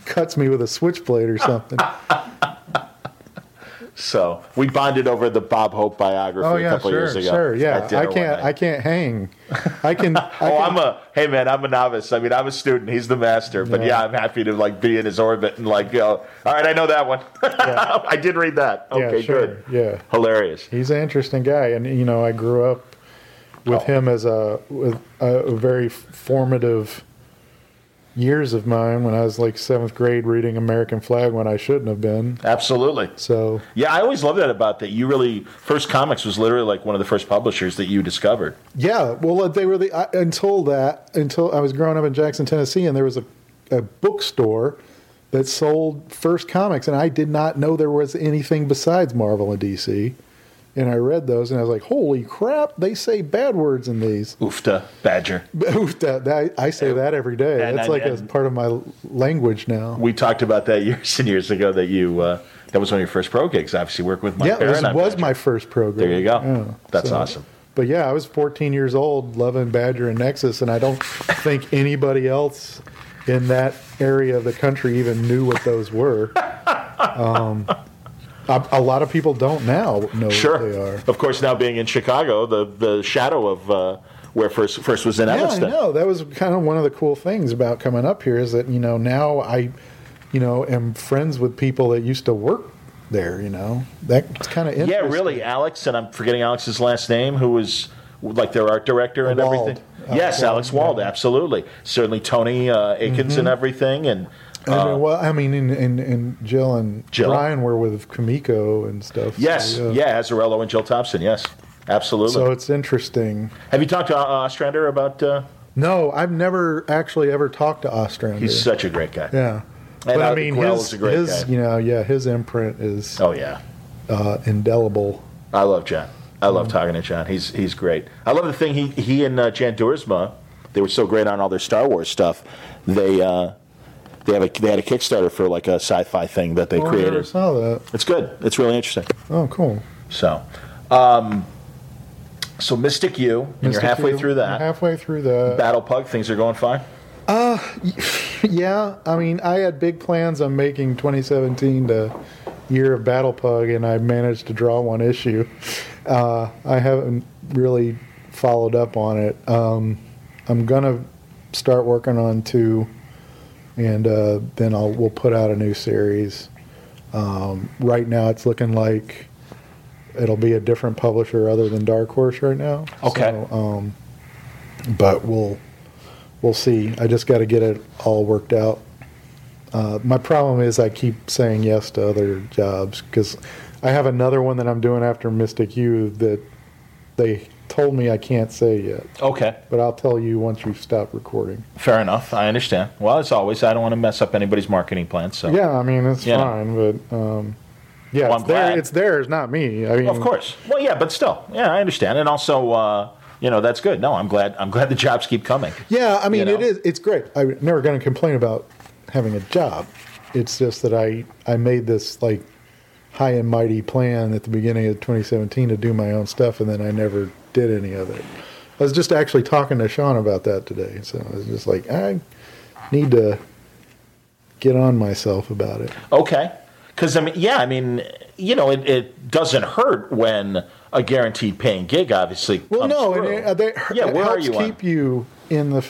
cuts me with a switchblade or something.
so we bonded over the Bob Hope biography
oh
a
yeah,
couple
sure,
years ago.
sure, yeah.
at dinner
I
one
can't,
night.
I can't hang. I can. I
Oh,
can-
I'm a hey man. I'm a novice. I mean, I'm a student. He's the master. But yeah,
Yeah.
I'm happy to like be in his orbit and like go. All right, I know that one. I did read that.
Yeah,
Okay,
sure,
good.
yeah.
hilarious.
He's an interesting guy, and you know, I grew up with
Oh.
him as a with a very formative years of mine when I was like seventh grade reading American Flag when I shouldn't have been.
Absolutely.
So
Yeah, I always love that about that. You really first comics was literally like one of the first publishers that you discovered.
yeah, well, they were the I, until that until I was growing up in Jackson, Tennessee, and there was a, a bookstore that sold first comics, and I did not know there was anything besides Marvel and DC. And I read those, and I was like, "Holy crap! They say bad words in these."
Oofta, Badger.
Oof, that, that- I say that every day.
And
That's
I-
like a
and-
part of my language now.
We talked about that years and years ago. That you uh, that was one of your first pro gigs, obviously working with Mike
yeah,
Barron
this
on
was
Badger.
my first program.
There you go.
Yeah,
That's awesome.
But yeah, I was 14 years old, loving Badger and Nexus, and I don't think anybody else in that area of the country even knew what those were. um, a, a lot of people don't now know
Sure.
what they are.
Of course, now being in Chicago, the the shadow of uh, where first first was in
Yeah, I
Evanston.
know. That was kind of one of the cool things about coming up here is that you know now I, you know, am friends with people that used to work there. You know, that's kind of
Yeah,
interesting.
really, Alex, and I'm forgetting Alex's last name, who was like their art director and
Wald.
everything.
Alex
yes,
Wald, Mm-hmm.
Alex Wald, absolutely. Certainly Tony uh, Akins and everything, and
I mean, well, I mean, and, and, and Jill and
Uh, Jill?
Brian were with Kamiko and stuff. so,
yes, yeah, Azarello and Jill Thompson. Yes, absolutely.
So it's interesting.
Have you talked to uh, Ostrander about? Uh,
No, I've never actually ever talked to Ostrander.
he's such a great guy.
yeah. but I
Alec
mean,
Quell
his,
is a great
his
guy.
you know, yeah, his imprint is
Oh yeah,
uh, indelible.
I love John. I
Mm.
love talking to John. He's he's great. I love the thing he he and uh, Jan Duersma, they were so great on all their Star Wars stuff. They uh, they have a they had a Kickstarter for like a sci-fi thing that they
Oh, I never
created.
saw that.
It's good. It's really interesting.
Oh, cool.
So, um, so Mystic U, and you're
Mystic Mm-hmm.
halfway
Hue.
through that.
Halfway through that.
Battle Pug, things are going fine.
Yeah, I mean, I had big plans on making 2017 the year of Battle Pug, and I managed to draw one issue. Uh, I haven't really followed up on it. Um, I'm gonna start working on two, and uh, then I'll we'll put out a new series. Um, right now, it's looking like it'll be a different publisher other than Dark Horse right now.
Okay.
So, um, but we'll we'll see. I just got to get it all worked out. Uh, my problem is I keep saying yes to other jobs because I have another one that I'm doing after Mystic U that they told me I can't say yet.
Okay,
But I'll tell you once you stop recording.
fair enough. I understand. Well, as always, I don't want to mess up anybody's marketing plans. So,
Yeah, I mean it's
Yeah.
fine, but um, yeah,
Well,
it's
I'm
there.
glad.
It's theirs, not me. I mean,
Of course. Well, yeah, but still, yeah, I understand. And also, uh, you know, that's good. No, I'm glad. I'm glad the jobs keep coming.
Yeah, I mean
know?
it is. It's great. I'm never going to complain about having a job. It's just that I I made this like high and mighty plan at the beginning of 2017 to do my own stuff, and then I never did any of it. I was just actually talking to Sean about that today, so I was just like, I need to get on myself about it.
Okay. Because I mean, yeah, I mean, you know, it, it doesn't hurt when a guaranteed paying gig, obviously.
Well,
comes
no,
through.
and it, they,
yeah,
it
where are
helps
you? on?
keep you in the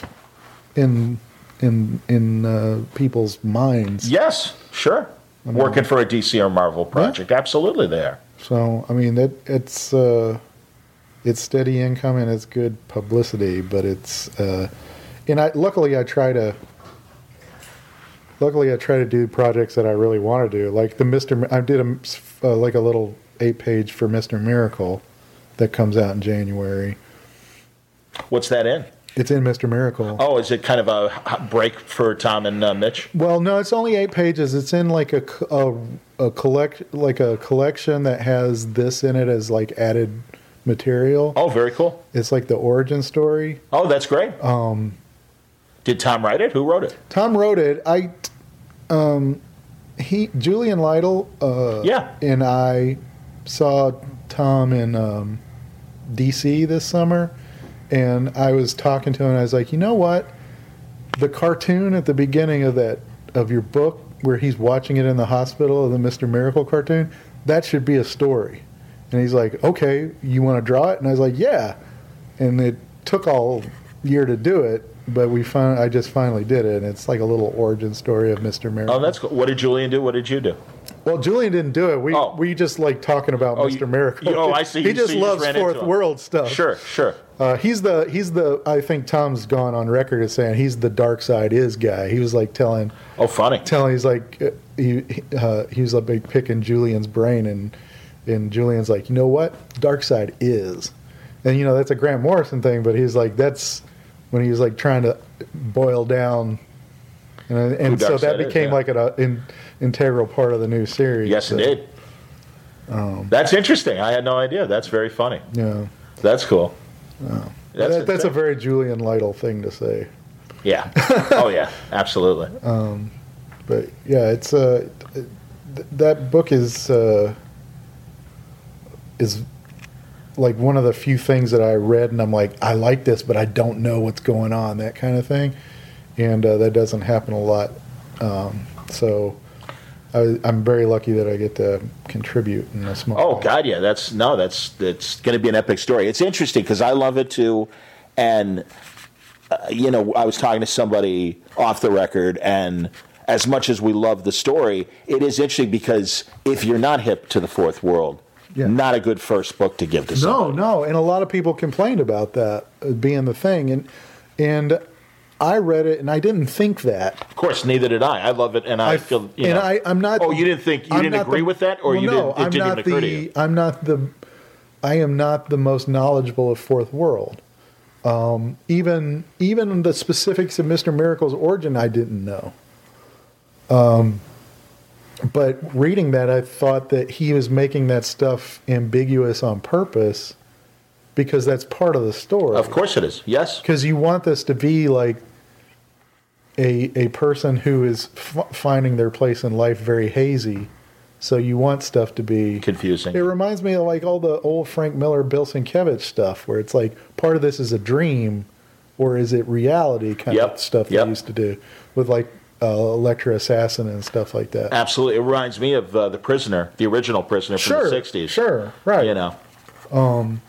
in in in uh, people's minds.
Yes, sure.
Mm-hmm.
Working for a DC or Marvel project, absolutely. There.
So I mean that it's uh, it's steady income and it's good publicity, but it's uh, and I luckily I try to luckily I try to do projects that I really want to do, like the Mister. Mi- I did a m- s- uh, like a little eight page for Mister Miracle that comes out in January.
What's that in?
It's in Mister Miracle.
Oh, is it kind of a h- break for Tom and uh, Mitch?
Well, no, it's only eight pages. It's in like a, c- a- a collect like a collection that has this in it as like added material.
Oh, very cool.
It's like the origin story.
Oh, that's great. Um, Did Tom write it? Who wrote it?
Tom wrote it. I, um, he Julian Lytle, uh,
Yeah.
and I saw Tom in um, D.C. this summer, and I was talking to him. and I was like, you know what? The cartoon at the beginning of that of your book, where he's watching it in the hospital, the Mister Miracle cartoon, that should be a story. And he's like, okay, you want to draw it? And I was like, yeah. And it took all year to do it, but we fin- I just finally did it. And it's like a little origin story of Mr. Miracle.
Oh, that's cool. What did Julian do? What did you do?
well, Julian didn't do it. We
Oh.
we just like talking about
Oh,
Mr.
you-
Miracle.
you- oh, I see.
He
You-
just
so you just
loves
ran into
fourth
him.
world stuff.
Sure, sure.
Uh, he's the he's the I think Tom's gone on record as saying he's the dark side is guy. He was like telling
Oh, funny.
telling he's like uh, he uh, he was like picking Julian's brain and and Julian's like you know what dark side is and you know that's a Grant Morrison thing but he's like that's when he was like trying to boil down And, I- and so
Dark
that
Side is,
became
yeah.
like an uh, in, integral part of the new series.
Yes,
So,
indeed.
um,
That's interesting. I had no idea. That's very funny.
Yeah.
That's cool.
That's, Oh, that, that's a
insane.
very Julian Lytle thing to say.
yeah. Oh yeah, absolutely.
But yeah, it's uh, th- that book is uh, is like one of the few things that I read, and I'm like, I like this, but I don't know what's going on, that kind of thing, and uh, that doesn't happen a lot. Um, so I, I'm very lucky that I get to contribute in a small.
Oh
way.
God, yeah. That's no. That's that's going to be an epic story. It's interesting because I love it too, and uh, you know, I was talking to somebody off the record, and as much as we love the story, it is interesting because if you're not hip to the fourth world,
Yeah.
not a good first book to give to someone.
No, no, and a lot of people complained about that uh, being the thing, and and I read it and I didn't think that.
Of course, neither did I. I love it, and I,
I-
feel. You
and
know,
I- I'm not-
Oh, you didn't think you
I'm
didn't
not the-
agree with that, or
well,
you
no,
didn't? It
I'm
didn't even
not
occur
the,
to you.
I'm not the. I am not the most knowledgeable of Fourth World. Um, even even the specifics of Mister Miracle's origin, I didn't know. Um, but reading that, I thought that he was making that stuff ambiguous on purpose, because that's part of the story
Of course, it is. Yes.
because you want this to be like a a person who is f- finding their place in life very hazy. So you want stuff to be.
Confusing.
It reminds me of like all the old Frank Miller, Bill Sienkiewicz stuff, where it's like part of this is a dream, or is it reality kind
Yep,
of stuff
yep.
they used to do with like uh, Electra Assassin and stuff like that.
Absolutely. It reminds me of uh, The Prisoner, the original Prisoner from
Sure,
the 60s.
sure, right.
You know. Um,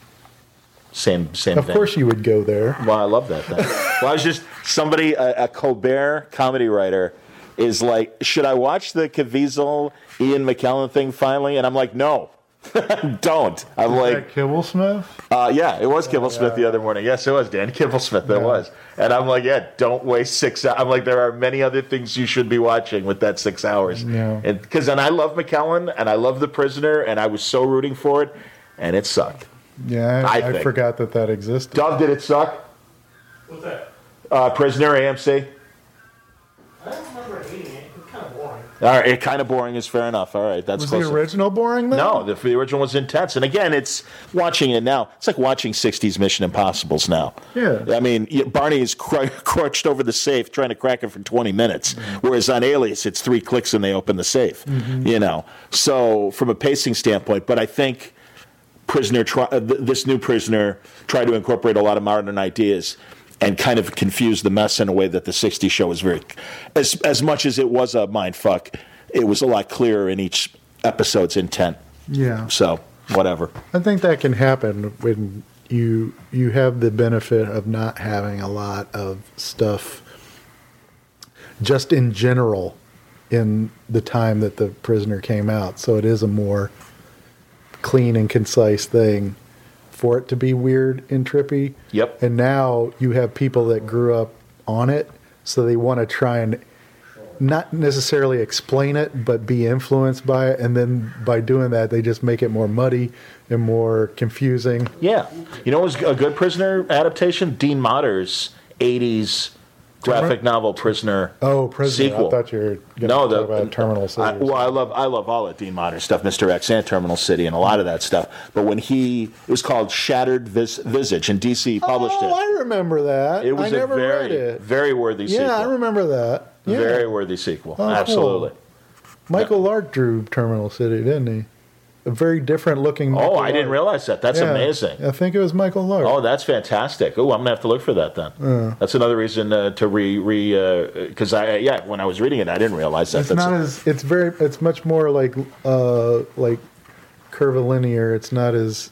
same same
Of
thing.
course, you would go there.
Well, I love that. Thing. well, I was just somebody, a, a Colbert comedy writer, is like, should I watch the Caviezel Ian McKellen thing finally? And I'm like, no, don't. I'm like,
Like Kibblesmith.
uh, yeah, it was Kibble Smith the other morning. Yes, it was Dan Kibble Smith. It was, and I'm like, yeah, don't waste six. hours. I'm like, there are many other things you should be watching with that six hours.
Yeah.
and because and I love McKellen and I love The Prisoner and I was so rooting for it, and it sucked.
Yeah, I,
I
I
think-
forgot that that existed.
Dove, did it suck?
What's that?
Uh, Prisoner AMC.
I don't remember hating it. It's kind of boring.
All right, it kind of boring is fair enough. All right, that's
was
close.
the original boring? Then?
No, the, the original was intense, and again, it's watching it now. It's like watching '60s Mission Impossible's now.
Yeah.
I mean, you- Barney is cr- crouched over the safe trying to crack it for 20 minutes, whereas on Alias, it's three clicks and they open the safe. You know, so from a pacing standpoint, but I think prisoner try, uh, th- this new prisoner tried to incorporate a lot of modern ideas and kind of confuse the mess in a way that the 60s show was very as as much as it was a mind fuck it was a lot clearer in each episode's intent
Yeah.
so whatever
I think that can happen when you you have the benefit of not having a lot of stuff just in general in the time that the prisoner came out. So it is a more clean and concise thing for it to be weird and trippy.
Yep.
And now you have people that grew up on it, so they want to try and not necessarily explain it, but be influenced by it. And then by doing that, they just make it more muddy and more confusing.
yeah you know what was a good prisoner adaptation dean motter's 80s graphic novel prisoner
Oh, prisoner!
sequel
I thought you were going to
no,
talk
the
about Terminal City.
I, well, I love I love all that Dean Modern stuff, Mister X and Terminal City, and a lot of that stuff. But when he it was called Shattered Vis- Visage, and DC published
oh,
it.
I remember that.
It was
I
a
never
very
read it.
very worthy
yeah,
sequel.
I remember that. Yeah.
Very worthy sequel.
Oh, cool.
Absolutely.
Michael Lark drew Terminal City, didn't he? A very different looking.
Oh, I didn't realize that. That's amazing.
I think it was Michael Lark.
Oh, that's fantastic. Oh, I'm gonna have to look for that then. That's another reason uh, to re re because I yeah when I was reading it I didn't realize that.
it's
that's
not as. It's very. It's much more like uh like curvilinear. It's not as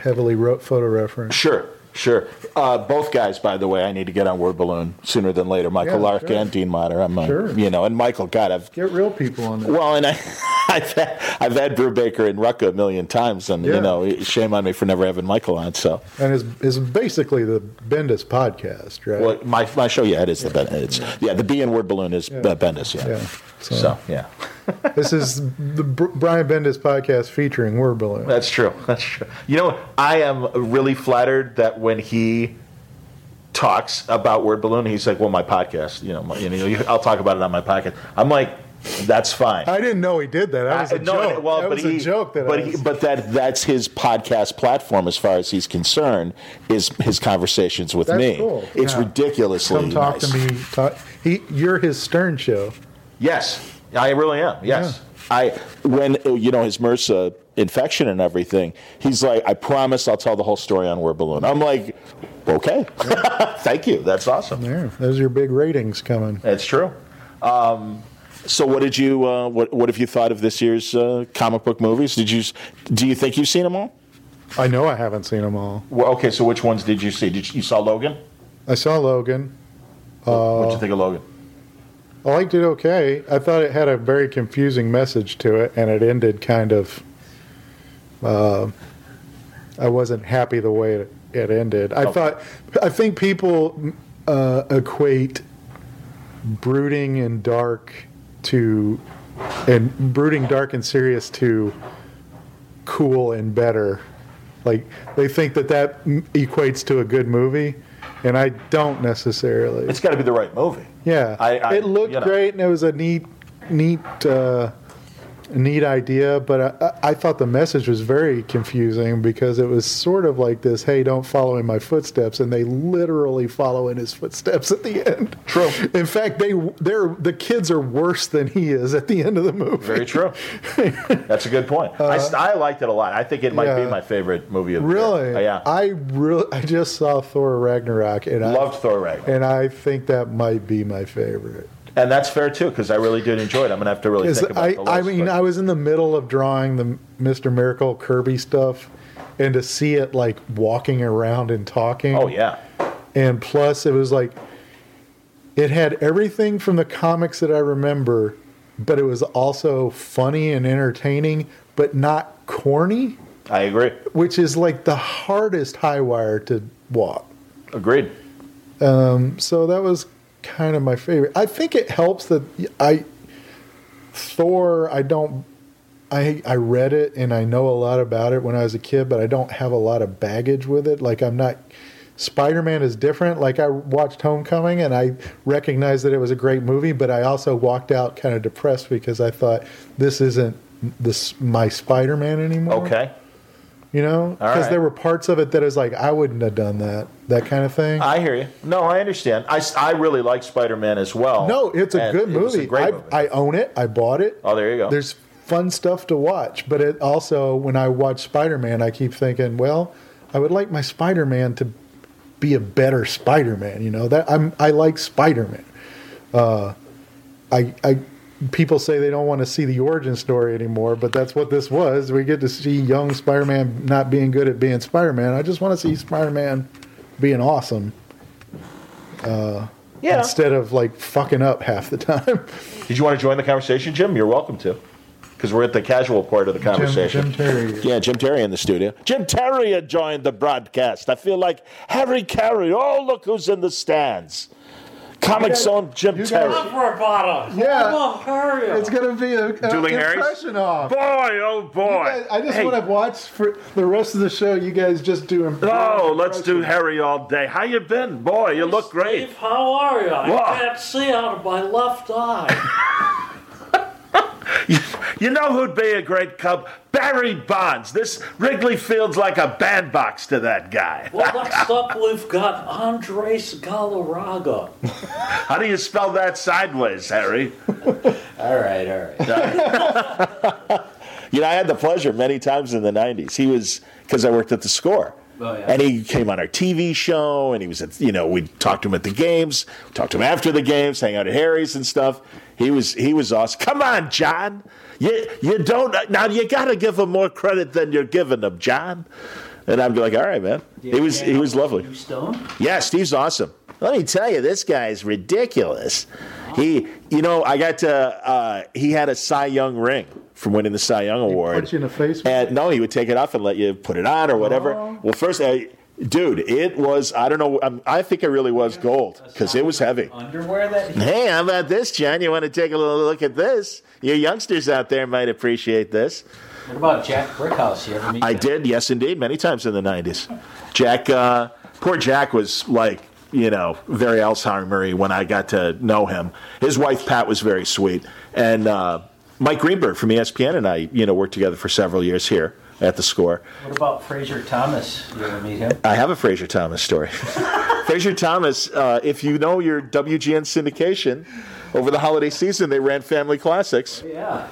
heavily ro- photo referenced.
Sure, sure. Uh, both guys, by the way, I need to get on Word Balloon sooner than later. Michael
Yeah,
Lark
sure.
and Dean Motter. I'm, uh,
Sure.
you know, and Michael. God, I've
Get real people on that.
well, and I, I've had, I've had Brew Baker and Rucka a million times, and
Yeah.
you know, shame on me for never having Michael on. So,
and it's, it's basically the Bendis podcast, right?
well, my my show, yeah, it is the Ben. It's yeah, the B in Word Balloon is uh, Bendis, yeah.
Yeah,
so.
so-
yeah,
This is the Br- Brian Bendis podcast featuring Word Balloon.
that's true. That's true. You know, I am really flattered that when he talks about word balloon. He's like, well, my podcast, you know, my, you know, you- I'll talk about it on my podcast. I'm like, that's fine.
I didn't know he did that. That was a
Uh,
joke.
and- well,
that
but
was
he,
a joke. That
but
I
he-
was-
but that that's his podcast platform as far as he's concerned is his conversations with
That's
me.
cool.
It's
Yeah.
ridiculously
come talk
nice.
to me. Talk, he, you're his Stern show.
Yes, I really am. Yes, I when uh, you know his MRSA infection and everything, he's like, I promise I'll tell the whole story on Word Balloon. I'm like, okay, thank you. That's awesome.
There, those are your big ratings coming.
That's true. Um, so, what did you? Uh, what What have you thought of this year's uh, comic book movies? Did you? s- Do you think you've seen them all?
I know I haven't seen them all.
Well, okay. So, which ones did you see? Did you, you saw Logan?
I saw Logan.
What'd
Uh,
you think of Logan?
I liked it okay. I thought it had a very confusing message to it, and it ended kind of. Uh, I wasn't happy the way it, it ended. I
Okay.
thought, I think people uh, equate brooding and dark to, and brooding dark and serious to cool and better. Like they think that that m- equates to a good movie, and I don't necessarily.
It's got to be the right movie.
Yeah,
I- I-
it looked
you know.
great, and it was a neat, neat, uh, neat idea. But I- I, I thought the message was very confusing because it was sort of like this: "Hey, don't follow in my footsteps," and they literally follow in his footsteps at the end.
True.
In fact, they they're the kids are worse than he is at the end of the movie.
Very true. That's a good point. I s I I, liked it a lot. I think it might be
Uh-huh. yeah.
my favorite movie of the
Really,
year. Uh, Yeah.
I really, I just saw Thor Ragnarok, and
loved
I
Thor Ragnarok.
and I think that might be my favorite.
And that's fair too, because I really did enjoy it. I'm gonna have to really
Is-
think about
I,
the
I
list,
mean,
but-
I was in the middle of drawing the Mr. Miracle Kirby stuff, and to see it like walking around and talking.
oh yeah,
And plus, it was like it had everything from the comics that I remember, but it was also funny and entertaining, but not corny,
I agree.
which is like the hardest high wire to walk.
Agreed.
So that was kind of my favorite. I think it helps that I Thor. I don't. I I read it and I know a lot about it when I was a kid, but I don't have a lot of baggage with it. Like I'm not. Spider Man is different. Like I watched Homecoming and I recognized that it was a great movie, but I also walked out kind of depressed because I thought this isn't this my Spider Man anymore.
Okay.
you know,
All
because
right.
there were parts of it that is like I wouldn't have done that, that kind of thing.
I hear you. No, I understand. I, s- I really like Spider Man as well.
No, it's a
and
good
it was
movie.
a great
I,
movie.
I own it. I bought it.
oh, there you go.
There's fun stuff to watch, but it also when I watch Spider-Man, I keep thinking, well, I would like my Spider-Man to be a better Spider-Man. You know that I'm I like Spider-Man. Uh, I I people say they don't want to see the origin story anymore, but that's what this was. We get to see young Spider-Man not being good at being Spider-Man. I just want to see Spider-Man being awesome uh,
yeah.
instead of like fucking up half the time.
Did you want to join the conversation, Jim? You're welcome to, because we're at the casual part of the conversation.
Jim, Jim Terry.
Yeah, Jim Terry in the studio. Jim Terry had joined the broadcast. I feel like Harry Carey. Oh, look who's in the stands. Comic
guys-
Zone Jim
you guys-
Terry.
Up for a bottle.
Yeah.
Come on, hurry up.
It's gonna be a, a
Dueling Harrys?
impression off.
boy, oh boy.
I I just
Hey,
want to watch for the rest of the show. You guys just do imp-
Oh, let's do Harry all day. How you been? Boy, you look great.
Steve, how are you? I
Wow.
can't see out of my left eye.
You know who'd be a great cub? Barry Bonds. This Wrigley Field's like a bandbox to that guy.
Well, next up, we've got Andres Galarraga.
How do you spell that sideways, Harry?
All right, all right.
You know, I had the pleasure many times in the 90s. He was, because I worked at the score.
Oh, yeah.
And he came on our TV show, and he was at, you know, we talked to him at the games, talked to him after the games, hang out at Harry's and stuff. He was, he was awesome. Come on, John. You, you don't, now you got to give him more credit than you're giving him, John. And I'm like, all right, man. he was, he was lovely.
You stoned?
Yeah, Steve's awesome. Let me tell you, this guy is ridiculous. He, you know, I got to. Uh, he had a Cy Young ring from winning the Cy Young award.
punch you in the face Oh. with
And no, he would take it off and let you put it on or whatever. Well, first, I, dude, it was. I don't know. um, i I think it really was gold because it was heavy.
Underwear that he
Hey, how about this, John? You want to take a little look at this? Your youngsters out there might appreciate this.
What about Jack Brickhouse? You ever meet
I
him?
did, yes, indeed, many times in the '90s. Jack, uh, poor Jack was like you know, very Alzheimer when I got to know him. His wife, Pat, was very sweet. And uh, Mike Greenberg from E ESPN and I, you know, worked together for several years here at the score.
What about Fraser Thomas? You ever meet him?
I have a Fraser Thomas story. Fraser Thomas, uh, if you know your WGN syndication, over the holiday season they ran Family Classics.
Yeah.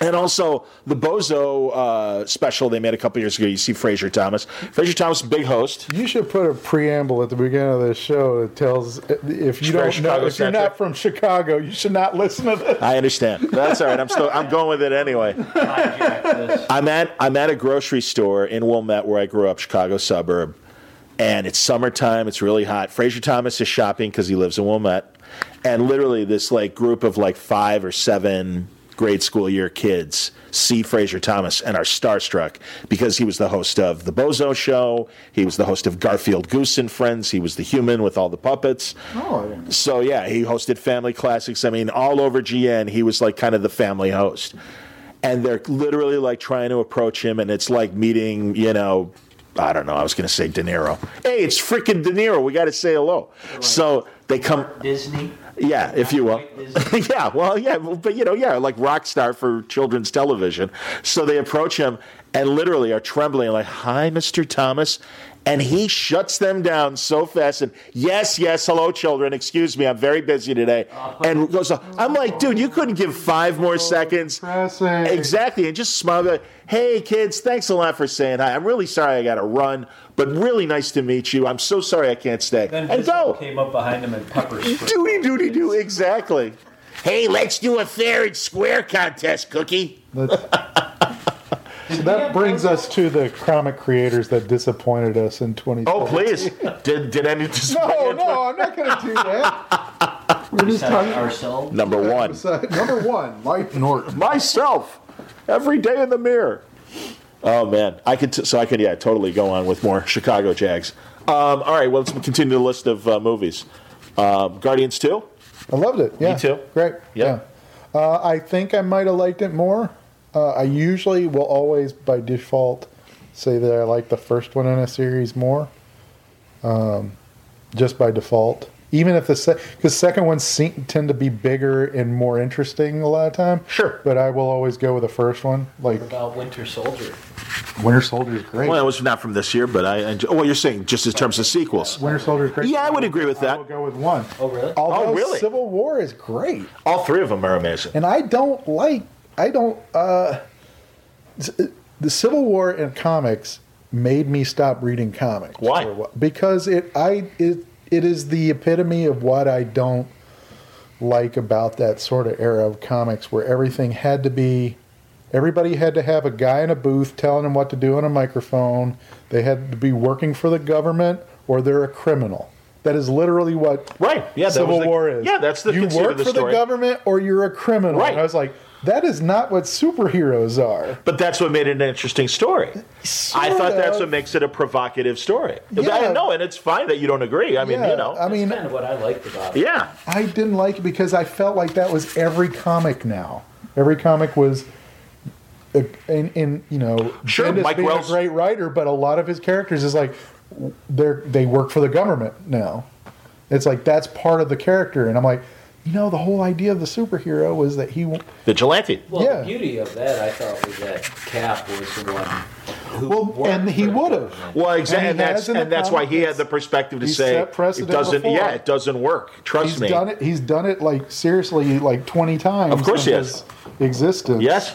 And also the Bozo uh, special they made a couple years ago. You see Fraser Thomas. Fraser Thomas, big host.
You should put a preamble at the beginning of the show that tells if
Very
you don't know if you're
Chicago-centric.
not from Chicago, you should not listen to this.
I understand. That's all right. I'm still I'm going with it anyway.
Hijack this.
I'm at I'm at a grocery store in Wilmette where I grew up, Chicago suburb, and it's summertime. It's really hot. Fraser Thomas is shopping because he lives in Wilmette, and literally this like group of like five or seven grade school year kids see Fraser Thomas and are starstruck because he was the host of the Bozo Show. He was the host of Garfield Goose and Friends. He was the human with all the puppets. So yeah, he hosted Family Classics. I mean, all over GN, he was like kind of the family host. And they're literally like trying to approach him, and it's like meeting, you know, I don't know. I was going to say De Niro. Hey, it's freaking De Niro. We got to say hello. So they come,
Disney.
yeah, if you will.
Walt Disney.
yeah, well, yeah, well, but you know, yeah, like rock star for children's television. So they approach him and literally are trembling, like, "Hi, Mr. Thomas," and he shuts them down so fast. And yes, yes, hello, children. Excuse me, I'm very busy today. And goes, off. I'm like, dude, you couldn't give five more seconds.
depressing.
Exactly, and just smile. Like, hey, kids, thanks a lot for saying hi. I'm really sorry I got to run, but really nice to meet you. I'm so sorry I can't stay.
Then
and go.
Visco came up behind him and pepper sprayed.
Doody doody do exactly. Hey, let's do a fair and square contest, Cookie.
That's- so that brings us to the comic creators that disappointed us in 2020.
Oh please! did did any
No, no, I'm not going to do that. We're just talking
ourselves.
Number one,
about number one, Mike Norton.
myself, every day in the mirror. Oh man, I could t- so I could yeah totally go on with more Chicago Jags. Um, all right, well let's continue the list of uh, movies. Um, Guardians two.
I loved it. Yeah.
too.
Great.
Yeah.
Yeah. Uh, I think I might have liked it more. Uh, I usually will always, by default, say that I like the first one in a series more, um, just by default. Even if the se- cause second ones seem, tend to be bigger and more interesting a lot of time.
Sure.
But I will always go with the first one. Like
What about Winter Soldier?
Winter Soldier is great.
Well, it was not from this year, but I. enjoy- Oh, well, you're saying just in terms of sequels.
Winter Soldier is great.
Yeah, I would agree with
I will
that.
go with one.
Oh, really?
Although
really?
Civil War is great.
All three of them are amazing.
and I don't like I don't uh the Civil War in comics made me stop reading comics.
Why?
For a while. Because it I it it is the epitome of what I don't like about that sort of era of comics where everything had to be everybody had to have a guy in a booth telling them what to do on a microphone. They had to be working for the government or they're a criminal. That is literally what
Right. Yeah, that
Civil
was the-
War is.
yeah, that's the
you
conceit of
work
the
for the
story.
government or you're a criminal.
Right.
And I was like, that is not what superheroes are.
But that's what made it an interesting story. I
Sort
thought that's
of.
what makes it a provocative story.
Yeah.
I know, and it's fine that you don't agree. I mean,
Yeah,
you know.
I mean,
kind of what I liked about it.
yeah.
I didn't like it because I felt like that was every comic now. Every comic was, uh, in, in you know,
Sure,
Bendis
Mike
being
Wells-
a great writer, but a lot of his characters is like they are they work for the government now. It's like that's part of the character, and I'm like, you know, the whole idea of the superhero was that he. w-
Vigilante.
Well,
Yeah.
the beauty of that, I thought, was that Cap was the one who
Well,
worked
and he
for the
would've.
government.
Well,
And
exactly,
he
and that's
has in the
and that's why he had
comics.
the perspective to
He
say
set
it
precedent
doesn't.
before.
Yeah, it doesn't work. Trust
He's
me.
done it. He's done it like seriously, like twenty times.
Of course
in
he
his Existence.
Yes.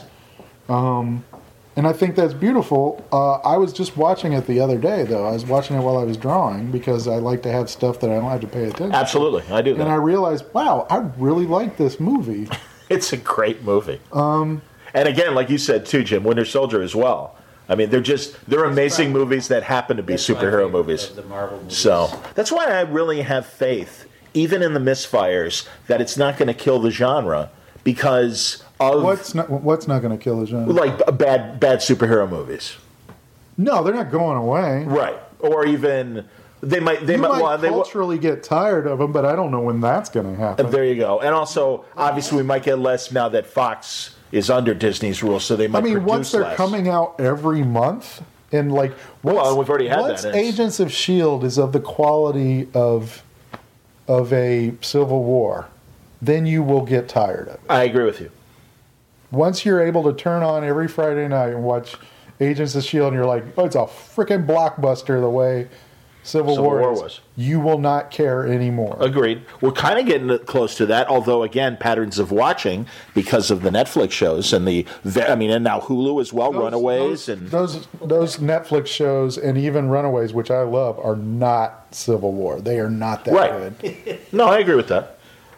And I think that's beautiful. Uh, I was just watching it the other day, though. I was watching it while I was drawing because I like to have stuff that I don't have to pay attention. to.
Absolutely. I do that.
And I realized, wow, I really like this movie.
it's a great movie. Um. And again, like you said too, Jim, Winter Soldier as well. I mean, they're just they're amazing movies that happen to be
That's my
superhero
favorite
movies.
of The Marvel movies.
So that's why I really have faith, even in the misfires, that it's not going to kill the genre because of
What's not What's not going to kill the genre?
like b- bad bad superhero movies,
no, they're not going away.
right? Or even they might they
You
might,
might
well, they, will-
culturally get tired of them, but I don't know when that's going to happen.
there you go. And also, obviously, we might get less now that Fox is under Disney's rules, so they might.
I mean,
produce
once they're
less.
coming out every month, and like, once,
Well, we've already had
once
that. It's-
Agents of Shield is of the quality of of a civil war, then you will get tired of it.
I agree with you.
Once you're able to turn on every Friday night and watch Agents of Shield, and you're like, oh, it's a freaking blockbuster the way Civil,
Civil
War,
War
is,"
was.
You will not care anymore.
Agreed. We're kind of getting close to that, although again, patterns of watching because of the Netflix shows and the I mean, and now Hulu as well, Runaways and
those those Netflix shows and even Runaways, which I love, are not Civil War. They are not that
right.
good.
No, I agree with that.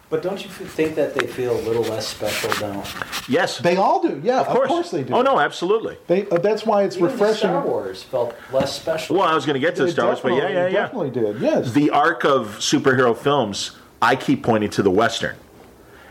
But don't you f- think that they feel a little less special now?
Yes,
They all do. Yeah, of course, they do.
Oh no, absolutely.
They, uh, that's why it's
Even the
refreshing.
Star Wars felt less special.
Well, I was going to get to
It
Star Wars, but yeah,
definitely-
yeah,
it
yeah.
Definitely did. Yes.
the arc of superhero films, I keep pointing to the Western.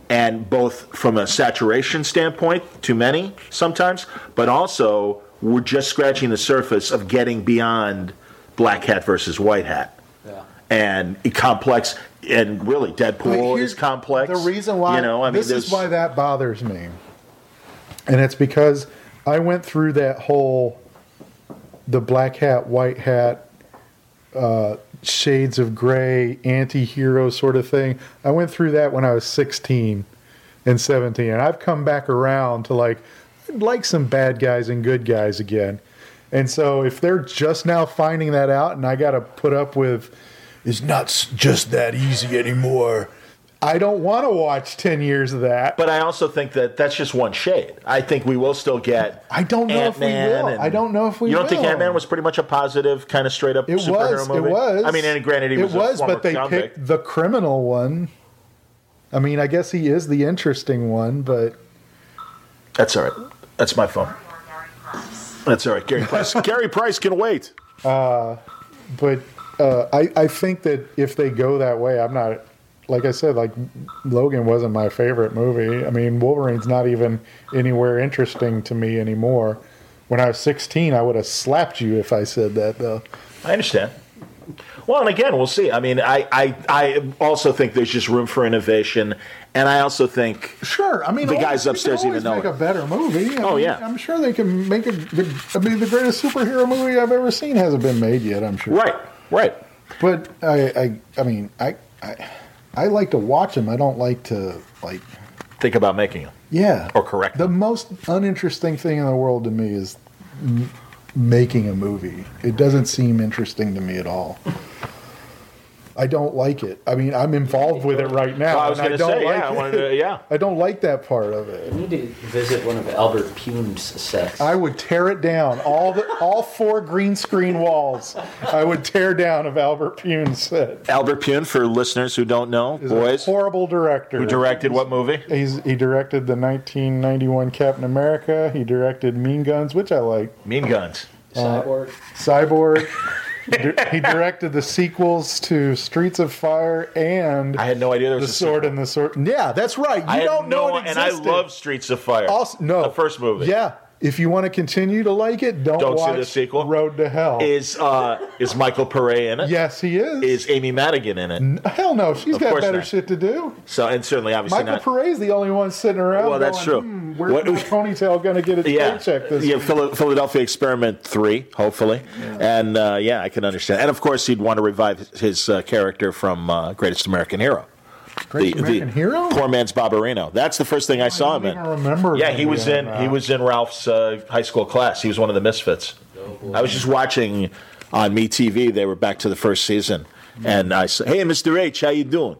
And both from a saturation standpoint, too many sometimes, but also we're just scratching the surface of getting beyond black hat versus white hat.
Yeah.
And it- complex, and really, Deadpool
But
is
here's
complex.
The reason why
you know, I mean,
this
there's-
is why that bothers me, and it's because I went through that whole the black hat, white hat, uh, shades of gray, anti-hero sort of thing. I went through that when I was sixteen and seventeen, and I've come back around to like I'd like some bad guys and good guys again. And so if they're just now finding that out, and I got to put up with it's not s- just that easy anymore. I don't want to watch 10 years of that.
But I also think that that's just one shade. I think we will still get.
I don't know if we
Ant-Man
will.
and-
I don't know if we
You don't think
will.
Ant Man was pretty much a positive, kind of straight up
it
superhero
was.
movie?
It was.
I mean, and granted, he was.
it was,
a former
but they
convict.
picked the criminal one. I mean, I guess he is the interesting one, but
That's all right. That's my phone. That's all right. Gary Price. Gary Price can wait.
but uh, I I think that if they go that way, I'm not. Like I said, like Logan wasn't my favorite movie. I mean, Wolverine's not even anywhere interesting to me anymore. When I was 16, I would have slapped you if I said that, though.
I understand. Well, and again, we'll see. I mean, I, I, I also think there's just room for innovation, and I also think
Sure, I mean
The
always-
guys
they
upstairs
can
even
always
know
make
it.
a better movie. I
Oh,
mean,
yeah.
I'm sure they can make a. The, I mean, the greatest superhero movie I've ever seen hasn't been made yet. I'm sure.
right, right.
but I, I, I mean, I, I, I like to watch them. I don't like to like.
Think about making them.
Yeah.
Or correct
The most uninteresting thing in the world to me is m- making a movie. It doesn't seem interesting to me at all. I don't like it. I mean, I'm involved with it right now.
Well, I was
and
going to
don't
say,
like
yeah, I
it.
wanted to, yeah.
I don't like that part of it.
I need to visit one of Albert Pune's sets.
I would tear it down. All the all four green screen walls. I would tear down of Albert Pune said.
Albert Pune, for listeners who don't know,
He's
boys,
a horrible director.
who directed what movie?
He's, he directed the 1991 Captain America. He directed Mean Guns, which I like.
Mean Guns.
uh,
Cyborg.
Cyborg. He di- he directed the sequels to Streets of Fire and
I had no idea there
The
was a
Sword and the Sword. Yeah, that's right. You
I had
don't
no,
know it
and I
existed.
love Streets of Fire.
also, no
the first movie.
Yeah, if you want to continue to like it, don't,
Don't see
watch
the sequel?
Road to Hell.
is uh, is Michael Pere in it?
yes, he is.
Is Amy Madigan in it?
Hell no, she's
Of
got
course
better
not.
shit to do.
So, and certainly, obviously
Michael
not.
Pere's the only one sitting around.
Well, that's true.
going, "Hmm, where's
What-
my ponytail going to get a
yeah,
paycheck this
yeah,
week?"
Phila- Philadelphia Experiment three, hopefully, and uh, yeah, I can understand. And of course, he'd want to revive his uh, character from uh, Greatest American Hero.
Greatest American Hero? Oh,
Poor man's Bobberino. That's the first thing I, saw
I
him
don't
in.
even remember.
Yeah,
him
he was
being
in.
that.
He was in Ralph's uh, high school class. He was one of the misfits. I was just watching on Me TV. They were back to the first season, and I said, "Hey, Mr. H, how you doing?"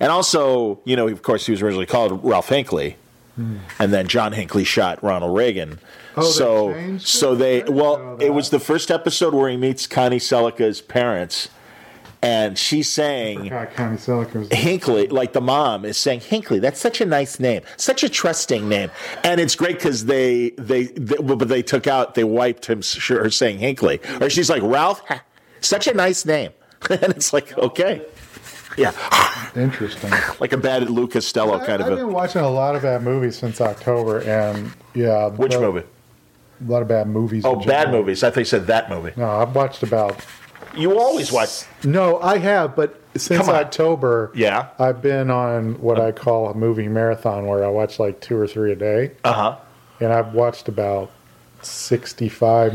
And also, you know, of course, he was originally called Ralph Hinckley, and then John Hinckley shot Ronald Reagan.
Oh, they
so,
changed it?
so they
I didn't
well,
know
it
that.
was the first episode where he meets Connie Selica's parents, and she's saying.
God, Connie Selick was.
Hinkley, like the mom is saying, Hinkley, that's such a nice name, such a trusting name, and it's great because they, they they but they took out they wiped him sure saying Hinkley, or she's like Ralph, ha, such a nice name, and it's like okay, yeah,
Interesting.
like a bad Lou Costello
I,
kind
I've
of
been
a
watching a lot of bad movies since October, and yeah,
which
a,
movie?
A lot of bad movies.
Oh,
in
bad
general.
movies. I thought you said that movie.
No, I've watched about.
You always watch.
No, I have, but since
Come on.
October,
Yeah.
I've been on what I call a movie marathon, where I watch like two or three a day.
Uh huh.
and I've watched about 65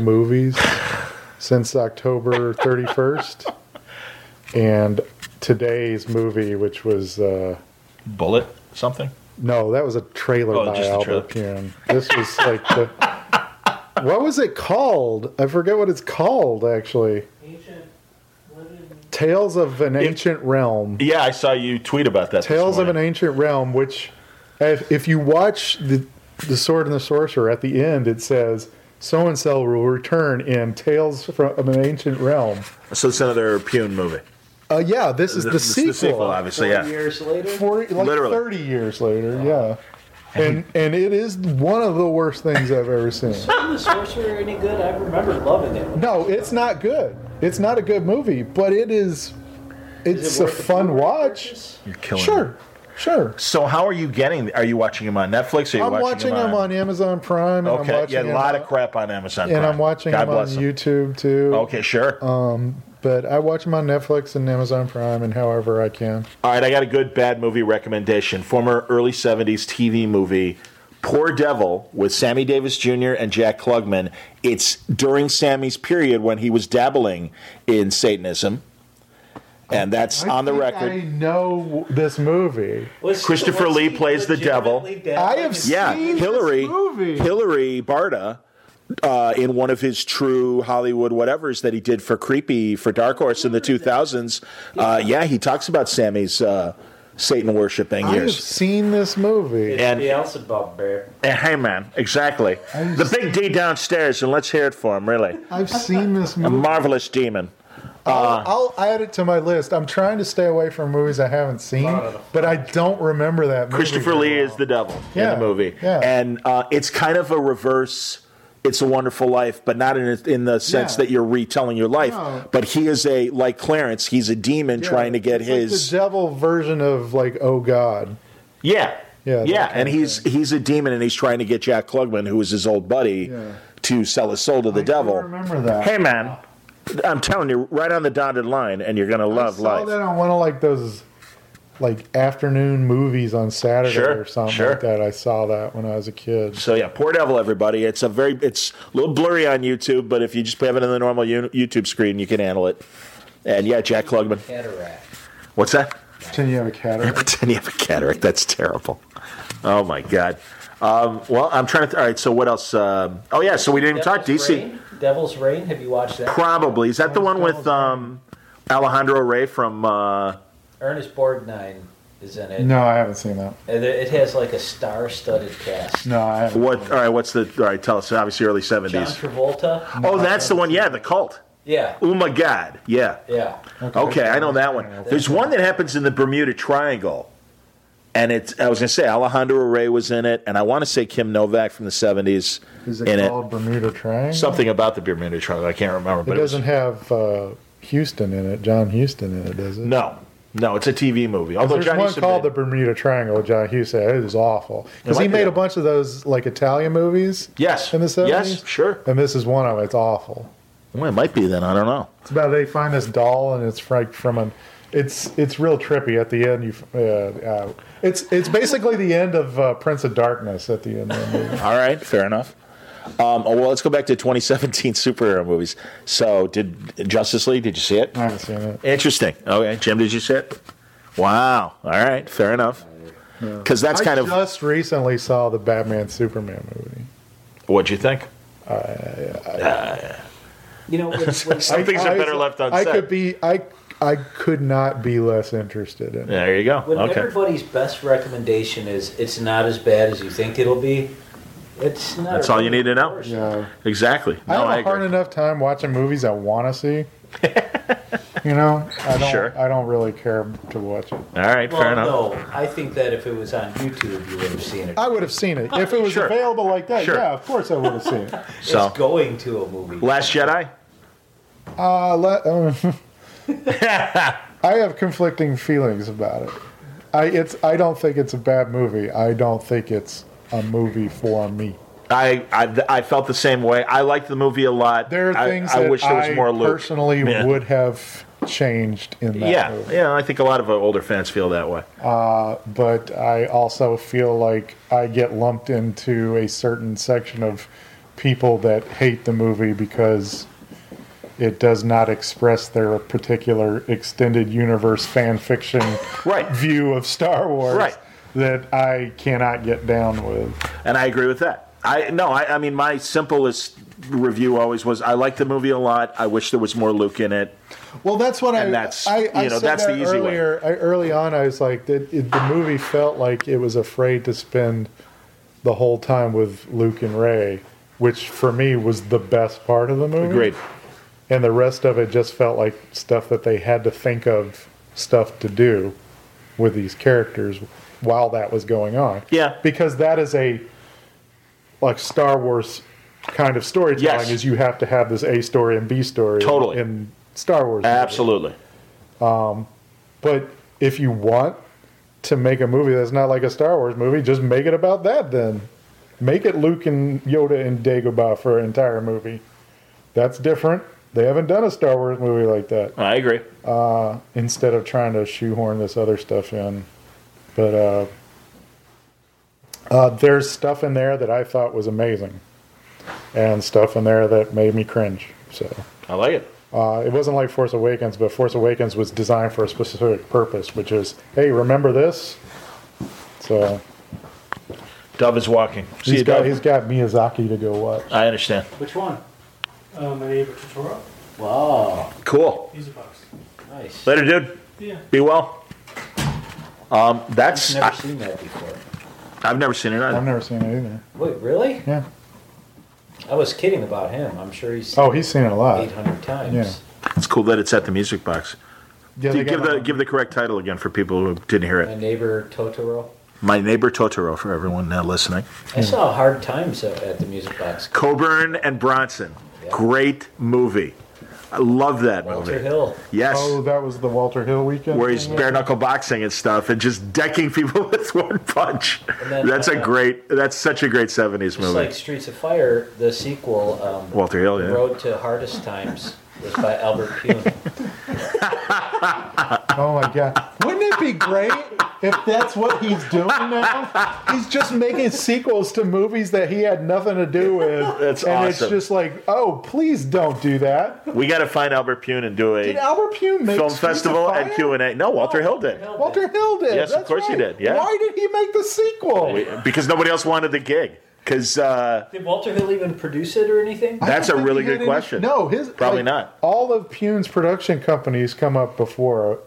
movies since October 31st. And today's movie, which was uh,
Bullet something.
no, that was a trailer
Oh,
by
just a
Albert Kuhn. This was like the what was it called? I forget what it's called actually.
Ancient legend.
Tales of an Ancient Realm.
Yeah, I saw you tweet about that. this
Tales of an
morning.
Ancient Realm, which if, if you watch the the Sword and the Sorcerer at the end, it says so and so will return in Tales from of an Ancient Realm.
So it's another Pune movie.
Uh, yeah, this is the,
This is
sequel.
obviously,
Four
yeah.
Years later.
40, like
Literally.
30 years later, yeah. And and it is one of the worst things I've ever seen.
Wasn't the sorcerer any good? I remember loving it.
No, it's not good. It's not a good movie, but it is it's
Is it
a
worth the
fun
four-hour
watch.
purchase?
You're killing me.
Sure. Sure.
So how are you getting? Are you watching him on Netflix? Or are you
I'm watching them on Amazon Prime and I'm
Okay,
watching
yeah, a
them
lot
on-
of crap on Amazon.
and
Prime.
I'm watching
God
them on
bless him.
YouTube Um, too.
Okay, sure.
But I watch them on Netflix and Amazon Prime and however I can.
All right, I got a good bad movie recommendation. Former early 70s TV movie, Poor Devil, with Sammy Davis Jr. and Jack Klugman. It's during Sammy's period when he was dabbling in Satanism. And that's
I
on the
think
record.
I know this movie.
Was-
Christopher
was
Lee
he
plays the devil.
legitimately
I
dead?
have
Is-
yeah,
seen this
Hillary
movie.
Hillary Barta uh, in one of his true Hollywood whatevers that he did for Creepy for Dark Horse in the 2000s. Uh, yeah, he talks about Sammy's uh, Satan worshiping
I have
years.
seen this movie.
It's
And-
Beelzebub Bear.
Eh, hey man, exactly. The big D downstairs, and let's hear it for him. Really,
I've seen this
a
movie.
marvelous demon. Uh.
I'll, I'll add it to my list. I'm trying to stay away from movies I haven't seen, but I don't remember that movie.
Christopher
very
Lee
well.
is the devil
Yeah,
in the movie,
yeah.
and uh, it's kind of a reverse. It's a Wonderful Life, but not in in the sense
Yeah.
that you're retelling your life.
No.
But he is a like Clarence. He's a demon
Yeah,
trying to get
it's like
his
the devil version of like oh god.
yeah
Yeah, that
yeah,
kind
and
of
he's he's a demon, and he's trying to get Jack Klugman, who is his old buddy,
Yeah.
to sell his soul to the
I do
devil.
remember that.
Hey man, I'm telling you, right on the dotted line, and you're gonna
I
love
saw
life.
that on one of like those like afternoon movies on Saturday
Sure,
or something
sure.
like that. I saw that when I was a kid.
So yeah, Poor Devil, everybody. It's a very it's a little blurry on YouTube, but if you just have it on the normal you- YouTube screen, you can handle it. And yeah, Jack Klugman.
Cataract.
What's that?
Pretend you have a cataract.
Pretend you have a cataract. That's terrible. Oh my god. Um, well, I'm trying to. Th- all right. So what else? Um, oh yeah. So we didn't even talk
Devil's
DC.
Reign? Devil's Reign. Have you watched that?
Probably is that the one with um, Alejandro Ray from? Uh,
Ernest Borgnine is in it.
No, I haven't seen that.
And it it has like a star-studded cast.
No, I haven't.
what? All right. What's the? All right. Tell us. Obviously, early
John
seventies.
Travolta.
Oh, that's the one. Yeah, the cult.
Yeah.
Oh my god. Yeah.
Yeah.
Okay, I know that one. There's one that happens in the Bermuda Triangle, and it's I was gonna say Alejandro Ray was in it, and I want to say Kim Novak from the '70s
Is it
in
called
it.
Bermuda Triangle?
Something about the Bermuda Triangle, I can't remember,
It
but it was,
doesn't have uh, Houston in it. John Houston in it, does it?
no, no, it's a TV movie. Although
There's
Johnny
one
Used to
called
be-
the Bermuda Triangle. with John Hughes said it is awful because
It
he
might be
made a
that one.
bunch of those like Italian movies.
Yes.
in the seventies.
Yes, sure.
And this is one of them. It's awful.
well, it might be then. I don't know.
It's about they find this doll and it's like from an. It's it's real trippy at the end. You, uh, uh, it's it's basically the end of uh, Prince of Darkness at the end. Of the movie.
All right, fair enough. Um, oh, well, let's go back to 2017 superhero movies. So, did Justice League? Did you see it?
I haven't seen it.
Interesting. Okay, Jim, did you see it? Wow. All right, fair enough. Because that's kind
I
of
just recently saw the Batman Superman movie.
What'd you think?
You know, when, when,
Some things are better left
I
unsaid.
could be I I could not be less interested in. it.
There you go.
when
okay.
everybody's best recommendation is it's not as bad as you think it'll be, it's not.
That's
a
all you need to know.
worse.
Yeah.
Exactly.
I
No,
have a
I,
hard
agree.
enough time watching movies I want to see. you know, I don't.
Sure.
I don't really care to watch it.
All right,
Well,
fair enough.
no, I think that if it was on YouTube, you would have seen it.
I would have seen it if it was
Oh, Sure.
available like that.
Sure.
Yeah, of course I would have seen it.
So,
It's going to a movie.
Last Jedi.
Uh, let, uh, I have conflicting feelings about it. I it's. I don't think it's a bad movie. I don't think it's a movie for me.
I, I I felt the same way. I liked the movie a lot.
There are
I-
things
I,
that
wish there was
I
more Luke.
personally
Yeah.
would have changed in that
yeah,
movie.
yeah. I think a lot of uh, older fans feel that way.
but I also feel like I get lumped into a certain section of people that hate the movie because it does not express their particular extended universe fan fiction
Right.
view of Star Wars
Right.
that I cannot get down with.
and I agree with that. I no, I, I mean my simplest review always was I like the movie a lot. I wish there was more Luke in it.
Well, that's what I.
And that's,
I, I
you know,
said
that's
that
the easy way.
earlier. I, early on, I was like, that it, the movie felt like it was afraid to spend the whole time with Luke and Ray, which for me was the best part of the movie.
Agreed.
And the rest of it just felt like stuff that they had to think of stuff to do with these characters while that was going on.
Yeah.
Because that is a like Star Wars kind of storytelling
Yes.
is you have to have this A story and B story
Totally.
in Star Wars. movies.
Absolutely.
But if you want to make a movie that's not like a Star Wars movie, just make it about that then. Make it Luke and Yoda and Dagobah for an entire movie. That's different. They haven't done a Star Wars movie like that
I agree.
uh, instead of trying to shoehorn this other stuff in. But uh, uh, there's stuff in there that I thought was amazing and stuff in there that made me cringe. So.
I like it.
Uh, it wasn't like Force Awakens, but Force Awakens was designed for a specific purpose, which is, hey, remember this? So
Dove is walking. See
he's
you,
got,
Dove.
he's got Miyazaki to go watch.
I understand.
Which one?
Uh, my neighbor Totoro.
Wow,
Cool.
He's a box.
nice.
Later, dude.
Yeah.
Be well. Um, that's
I've never
I,
seen that before.
I've never seen it
I've
either.
never seen it either.
Wait, really?
Yeah.
I was kidding about him. I'm sure he's
Oh, he's seen it a lot.
800 times.
yeah.
It's cool that it's at the music box. Do
Yeah, they
you give
got
um,
the
it.
give the correct title again for people who didn't hear
My
it.
neighbor Totoro.
My neighbor Totoro for everyone now listening.
I saw Hard Times at at the Music Box.
Coburn and Bronson. Great movie. I love that
Walter
movie.
Hill.
Yes.
Oh, that was the Walter Hill weekend.
where he's
thing?
bare knuckle boxing and stuff and just decking people with one punch.
And then,
that's a
uh,
great that's such a great 70s
Just
movie.
like Streets of Fire, the sequel, um,
Walter Hill, yeah.
Road to Hardest Times, was by Albert Kuhn.
Oh my god! Wouldn't it be great if that's what he's doing now? He's just making sequels to movies that he had nothing to do with,
That's
and it's
awesome.
just like, oh, please don't do that.
we got to find Albert Pune and do
Did
a
Albert Pune make
film
Streets of
festival and
Fire?
Q&A. No, Walter Hill did.
Walter Hill did.
Yes, of
That's
course he
right.
did, yeah.
Why did he make the sequel?
We- because nobody else wanted the gig. Cuz uh,
Did Walter Hill even produce it or anything?
I don't
That's a
think
really
he
good
had any-
question.
no, his
Probably not.
All of Pune's production companies come up before.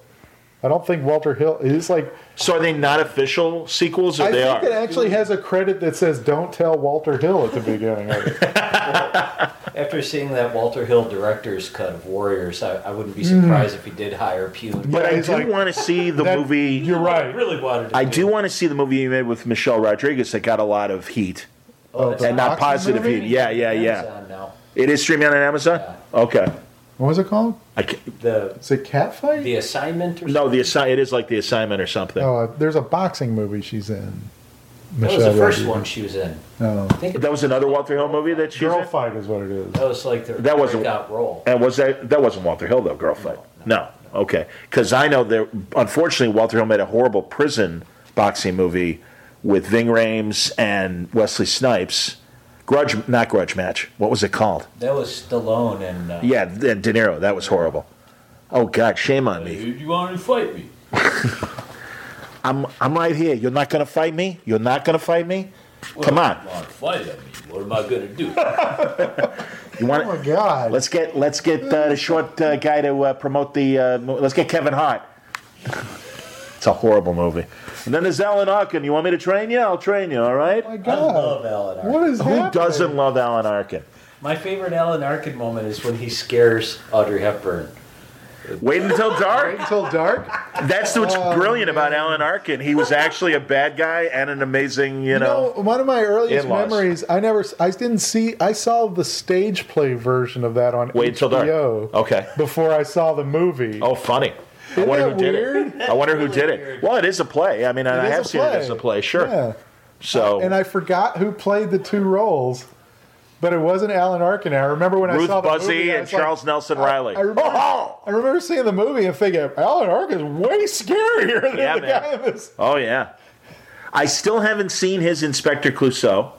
I don't think Walter Hill is like.
so are they not official sequels or
I
they
think
are?
it actually has a credit that says "Don't tell Walter Hill" at the beginning of it.
After seeing that Walter Hill director's cut of Warriors, I, I wouldn't be
Mm.
surprised if he did hire Pune.
but
Yeah,
I
he's
do
like-
want to see the
That-
movie
You're
I
right.
really wanted to
I do want to see the movie you made with Michelle Rodriguez that got a lot of heat.
Oh,
and
it's
And not
on-
Boxing
positive
movie?
heat. Yeah, yeah, yeah.
Amazon now.
It is streaming on Amazon? Okay.
What was it called?
I ca-
The,
Is it Catfight?
the assignment or
no,
something?
the assi- it is like the assignment or something.
No, uh, there's a boxing movie she's in.
That was the first
Rodriguez.
one she was in.
No,
I think it-
That was another Walter Hill movie that she's
Girl
in?
Fight is what it is.
that was like the
That wasn't-
breakout role.
And was that that wasn't Walter Hill though? Girl fight? No. Okay. Because I know there. Unfortunately, Walter Hill made a horrible prison boxing movie with Ving Rhames and Wesley Snipes. Grudge, not grudge match. What was it called?
That was Stallone and. Uh,
Yeah, and De Niro. That was horrible. Oh God, shame on me.
You want to fight me?
I'm I'm right here. You're not gonna fight me. You're not gonna fight me. Come on.
want to fight at me? What am I going to do?
You want?
Oh my god!
Let's get let's get uh, the short uh, guy to uh, promote the. Uh, mo- let's get Kevin Hart. It's a horrible movie. And then there's Alan Arkin. You want me to train you? I'll train you. All right.
oh my
I
god!
love Alan Arkin.
What is
Who
happening?
doesn't love Alan Arkin?
My favorite Alan Arkin moment is when he scares Audrey Hepburn.
Wait until
Wait
dark.
until dark.
That's what's
Oh,
brilliant about Alan Arkin. He was actually a bad guy and an amazing, you
You know,
know.
one of my earliest
In-laws.
memories. I never, I didn't see. I saw the stage play version of that on
Wait until dark.
HBO
Okay.
before I saw the movie.
Oh, funny. I
Isn't
wonder
that
who did
weird?
it. I wonder who did it. Well, it is a play. I mean, and
It
I
is
have
a
seen it as a play. Sure. Oh.
Yeah.
So
And I forgot who played the two roles, but it wasn't Alan Arkin. I remember when I
Ruth
saw the
Buzzy
movie, I
and
was like-
Charles Nelson Riley.
I remember,
Oh!
I remember seeing the movie and thinking Alan Arkin's way scarier than
Yeah,
the
man.
guy in this.
Oh yeah, I still haven't seen his Inspector Clouseau.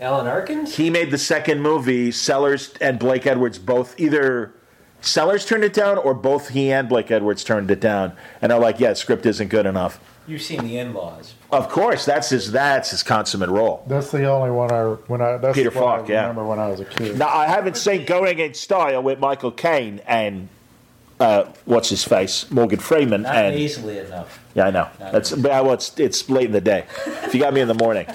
Alan Arkin?
He made the second movie. Sellers and Blake Edwards both either Sellers turned it down or both he and Blake Edwards turned it down. And they're like, yeah, script isn't good enough.
You've seen The In Laws.
Of course, that's his that's his consummate role.
That's the only one I when I that's
Peter
the one
Falk,
I
yeah.
remember when I was a kid.
Now I haven't seen Going in Style with Michael Caine and uh, what's his face Morgan Freeman
Not
and
easily enough.
yeah I know that's but well, it's it's late in the day. If you got me in the morning,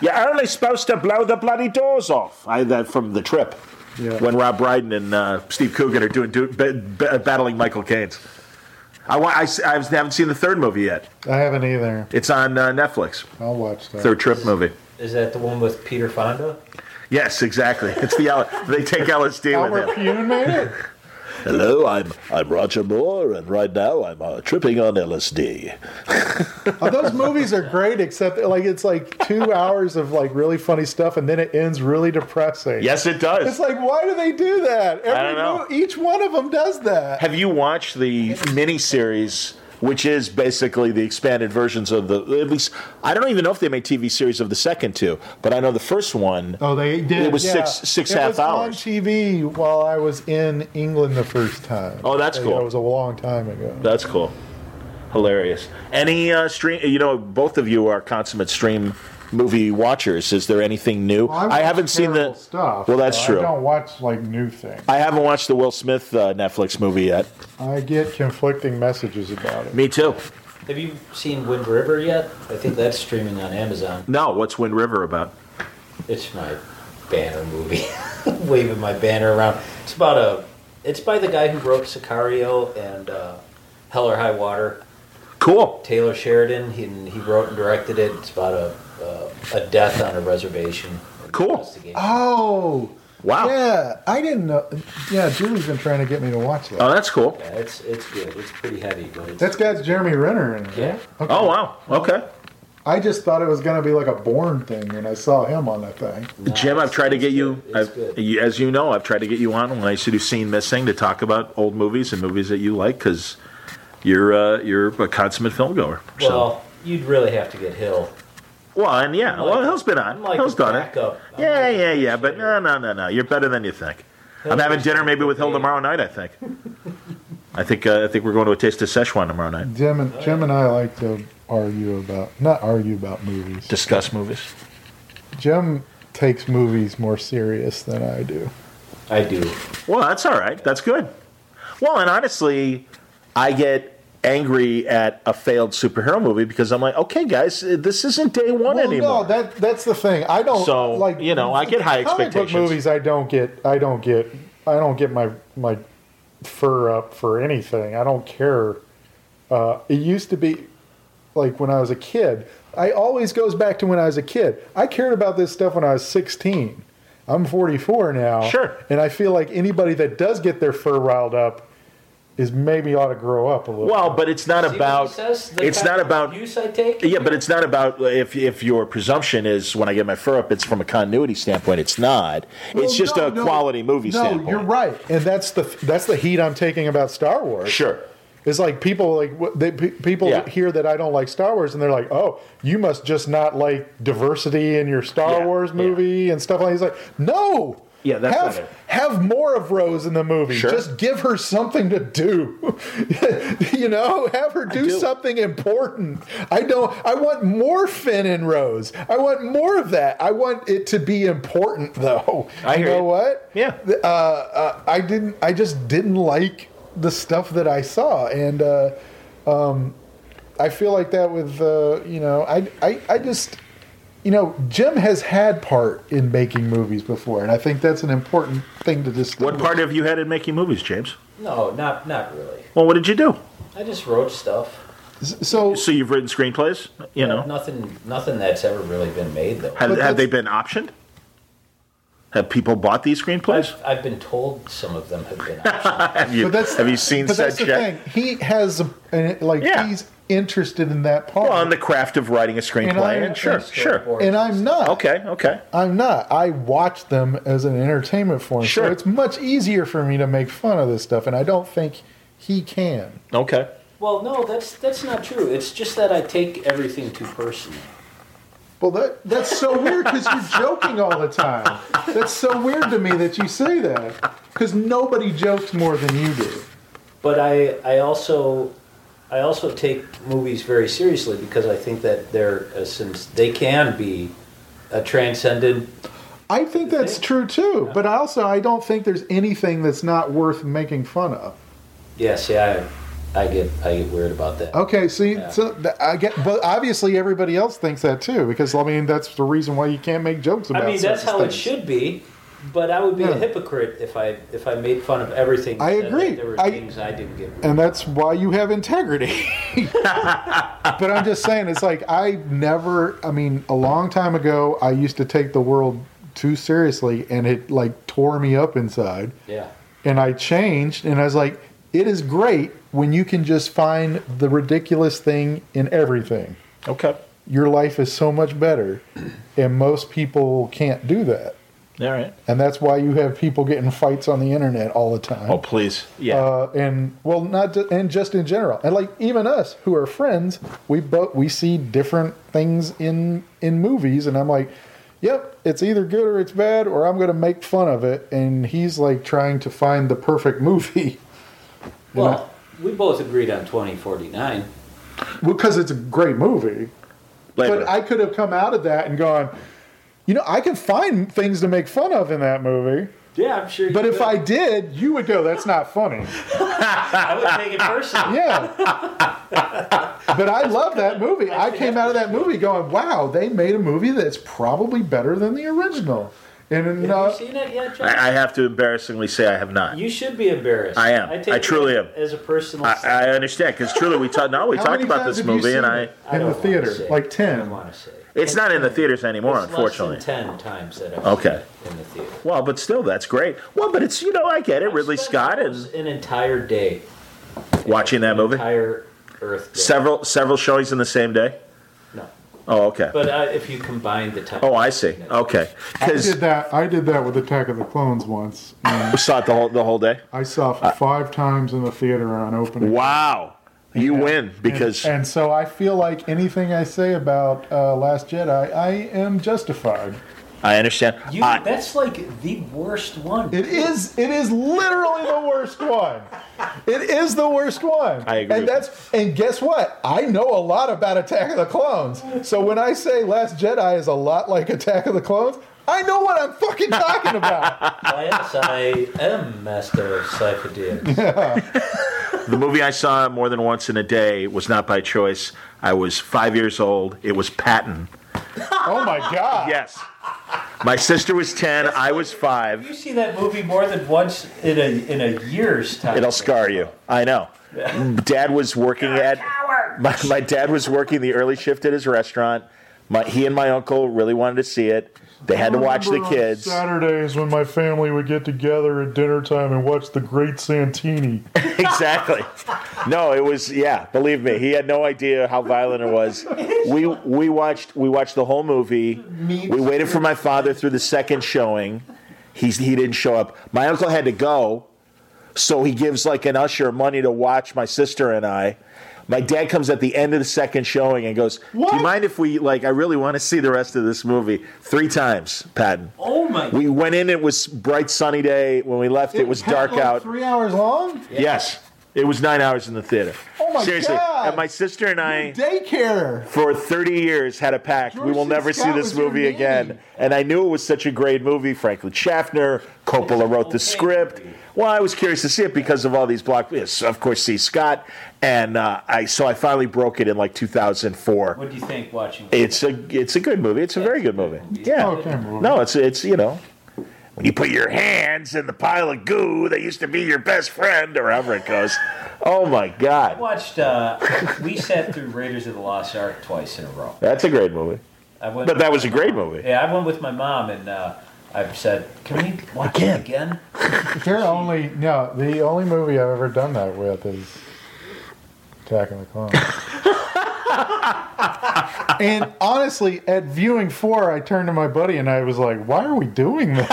you're only supposed to blow the bloody doors off. I that from the trip
Yeah.
when Rob Brydon and uh, Steve Coogan are doing, do, ba- ba- battling Michael Caine's. I, wa- I, s- I haven't seen the third movie yet.
I haven't either.
It's on uh, Netflix.
I'll watch that.
Third trip movie.
Is that the one with Peter Fonda?
Yes, exactly. It's the L- they take LSD with
Albert
them.
Pune made it.
Hello, I'm I'm Roger Moore, and right now I'm uh, tripping on LSD.
Oh, those movies are great, except that, like it's like two hours of like really funny stuff, and then it ends really depressing.
Yes, it
It's
does.
like why do they do that? Every
don't know.
mo- each one of them does that.
Have you watched the miniseries, which is basically the expanded versions of the at least I don't even know if they made TV series of the second two, but I know the first one.
Oh, they did.
It was
yeah.
six- six
it
half
was On
hours.
TV while I was in England the first time.
Oh, that's
Yeah,
cool.
It was a long time ago.
That's cool, hilarious. Any uh, stream? You know, both of you are consummate stream movie watchers. Is there anything new? I haven't seen the
stuff.
Well, that's
so
true.
I don't watch like new things.
I haven't watched the Will Smith uh, Netflix movie yet.
I get conflicting messages about it.
Me too.
Have you seen Wind River yet? I think that's streaming on Amazon.
No, what's Wind River about?
It's my banner movie. Waving my banner around. It's about a. It's by the guy who wrote Sicario and uh, Hell or High Water.
Cool.
Taylor Sheridan. He, he wrote and directed it. It's about a uh, a death on a reservation.
Cool.
Investigation.
Oh,
Wow.
yeah. I didn't know. Yeah, Julie's been trying to get me to watch that.
Oh, that's cool.
Yeah, it's it's good. It's pretty heavy, but it's,
that's got Jeremy Renner in it.
yeah.
Okay.
Oh, wow. Okay.
I just thought it was going to be like a Bourne thing, and I saw him on that thing.
No,
Jim, I've
it's-
tried to get
it's
you,
good. It's
I've,
good.
you, as you know, I've tried to get you on when I used to do Scene Missing to talk about old movies and movies that you like because you're, uh, you're a consummate film goer. So.
Well, you'd really have to get Hill.
Well, and yeah,
I'm like-
well, Hill's been on.
I'm like
Hill's
a
done it.
backup. I'm
yeah,
like a
yeah, yeah,
backup
but no,
singer.
no, no, no. You're better than you think. I'm
Hill
having
is
dinner maybe with Hill
complicated.
tomorrow night. I think. I think uh, I think we're going to a taste of Szechuan tomorrow night.
Jim and Jim and I like to argue about not argue about movies.
Discuss movies.
Jim takes movies more serious than I do.
I do.
Well, that's all right. That's good. Well, and honestly, I get angry at a failed superhero movie because I'm like, okay, guys, this isn't day one anymore.
no, that that's the thing. I don't
So,
like
you know, I get high
comic book
expectations.
movies. I don't get. I don't get. I don't get my my fur up for anything. I don't care. Uh, it used to be like when I was a kid. I always goes back to when I was a kid. I cared about this stuff when I was sixteen. I'm 44 now.
Sure.
And I feel like anybody that does get their fur riled up is maybe ought to grow up a little.
well, but it's not
See what he
about.
says? The
It's
kind
not
of
about.
abuse I take.
Yeah, but it's not about if if your presumption is when I get my fur up, it's from a continuity standpoint. It's not. it's
Well,
just
no,
a
no.
quality movie
no,
standpoint.
you're right, and that's the that's the heat I'm taking about Star Wars.
Sure.
It's like people like what- they, pe- people
Yeah.
hear that I don't like Star Wars, and they're like, "Oh, you must just not like diversity in your Star
Yeah,
Wars
yeah.
movie and stuff like." that. He's like, "No,
Yeah, that's
have,
not it.
have more of Rose in the movie.
Sure.
Just give her something to do. you know, have her do,
do.
something important. I don't. I want more Finn and Rose. I want more of that. I want it to be important, though.
I
you
hear
know
you.
what?
Yeah.
Th- Uh, uh, I didn't. I just didn't like the stuff that I saw, and uh, um, I feel like that with uh, you know, I, I I just you know, Jim has had part in making movies before, and I think that's an important thing to distinguish.
What part of you had in making movies, James?
No, not not really.
Well, what did you do?
I just wrote stuff.
So,
So you've written screenplays, you know.
nothing nothing that's ever really been made though.
Have,
But
have
that's-
they been optioned? Have people bought these screenplays?
I've, I've been told some of them have been. optioned.
Have you,
but that's
have you seen
but
said
that's the
check?
thing. He has a, and, like
Yeah.
he's interested in that part,
Well, on the craft of writing a
And I-
screenplay, and sure,
and
sure.
storyboard.
and I'm not.
Okay, okay.
I'm not. I watch them as an entertainment form,
Sure.
so it's much easier for me to make fun of this stuff, and I don't think he can.
Okay.
well, no, that's that's not true. It's just that I take everything too personally.
Well, that that's so weird because you're joking all the time. That's so weird to me that you say that because nobody jokes more than you do.
But I, I also, I also take movies very seriously because I think that they're uh, since they can be a transcendent.
I think that's true too, but also I don't think there's anything that's not worth making fun of.
Yeah, see, I, I get, I get weird about that.
Okay, so, you,
Yeah.
so th- I get, but obviously everybody else thinks that too because I mean that's the reason why you can't make jokes about.
I mean, that's
such
how it
things.
should be. But I would be
Yeah.
a hypocrite if I if I made fun of everything.
I
and said that
agree.
There were
I-
things I didn't get.
and that's why you have integrity. but I'm just saying, it's like I never. I mean, a long time ago, I used to take the world too seriously, and it like tore me up inside.
Yeah.
And I changed, and I was like, it is great when you can just find the ridiculous thing in everything.
Okay.
Your life is so much better, and most people can't do that.
All right.
And that's why you have people getting fights on the internet all the time
Oh, please. Yeah.
uh, and well, not ju- and just in general, and like even us who are friends, we both we see different things in in movies, and I'm like, yep, it's either good or it's bad, or I'm going to make fun of it, and he's like trying to find the perfect movie
Well, we both agreed on 2049.
because it's a great movie,
Later.
but I could have come out of that and gone, you know, I can find things to make fun of in that movie.
Yeah, I'm sure. you
But if
could.
I did, you would go, that's not funny.
I would take it personally.
Yeah. but I love that movie. I came out of that movie going, wow, they made a movie that's probably better than the original. And
Have
uh,
you seen it yet, John?
I, I have to embarrassingly say I have not.
you should be embarrassed.
I am.
take
I truly
it
am.
As a personal.
I,
sin.
I understand because truly we talked. No, we
how
talked
many
about
times
this
have you
movie,
seen
and I.
it
I
in
don't
the
wanna
theater,
say.
like
I don't
10.
want to say. it.
It's not in the theaters anymore,
It's
unfortunately.
less than ten times that I've
Okay.
seen it in the theater.
Well, but still, that's great. Well, but it's you know I get it. Ridley
Spent
Scott and
almost an entire day
watching that movie.
entire Earth. Day.
Several several showings in the same day.
No,
Oh, okay.
but uh, if you combine the time.
Oh, I see. Okay,
I
because
did that. I did that with Attack of the Clones once. And
we saw it the whole the whole day.
I saw it five times in the theater on opening.
Wow, you win because
And, and so I feel like anything I say about uh, Last Jedi, I am justified.
I understand.
You,
Uh, I-
that's like the worst one.
It is. It is literally the worst one. It is the worst one.
I agree
And
with
that's. And guess what? I know a lot about Attack of the Clones. So when I say Last Jedi is a lot like Attack of the Clones, I know what I'm fucking talking about.
Why, yes, I am master of cyphodiums.
The movie I saw more than once in a day was not by choice. I was five years old. It was Patton.
oh my god.
Yes. My sister was 10. I was
you
five.
see that movie more than once in a in a year's time.
It'll scar you. I know. Dad was working at. My, my dad was working the early shift at his restaurant. My, he and my uncle really wanted to see it. They had to watch the kids.
Saturdays when my family would get together at dinner time and watch The Great Santini.
exactly. No, it was yeah. Believe me, he had no idea how violent it was. We we watched we watched the whole movie. We waited for my father through the second showing. He's he didn't show up. My uncle had to go, so he gives like an usher money to watch my sister and I. My dad comes at the end of the second showing and goes, "Do
What?
you mind if we like? I really want to see the rest of this movie three times, Patton."
Oh my!
We went in; it was bright sunny day. When we left, it, was dark out.
Three hours long.
Yes. It was nine hours in the theater.
Oh my
Seriously.
God.
And my sister and I,
Daycare.
for 30 years, had a pact. we
George
will
C.
never
Scott
see
was
this
your
movie
nanny.
again. And I knew it was such a great movie. Franklin Schaffner, Coppola wrote the
okay
script.
movie.
Well, I was curious to see it because of all these block. Yes, of course, C. Scott. And uh, I, so I finally broke it in like 2004.
What do you think watching?
It's a, it's a good movie. It's a very good movie. Yeah.
Okay, movie.
No, it's, it's, you know. When you put your hands in the pile of goo that used to be your best friend, or however it goes. Oh my God.
I watched. Uh, we sat through Raiders of the Lost Ark twice in a row.
That's a great movie.
I went,
But that was a great movie.
yeah, I went with my mom and uh, I said, "Can we watch
Again.
it again?"
They're only no. The only movie I've ever done that with is Attack of the Clones. and honestly, at viewing four, I turned to my buddy and I was like, "Why are we doing this?"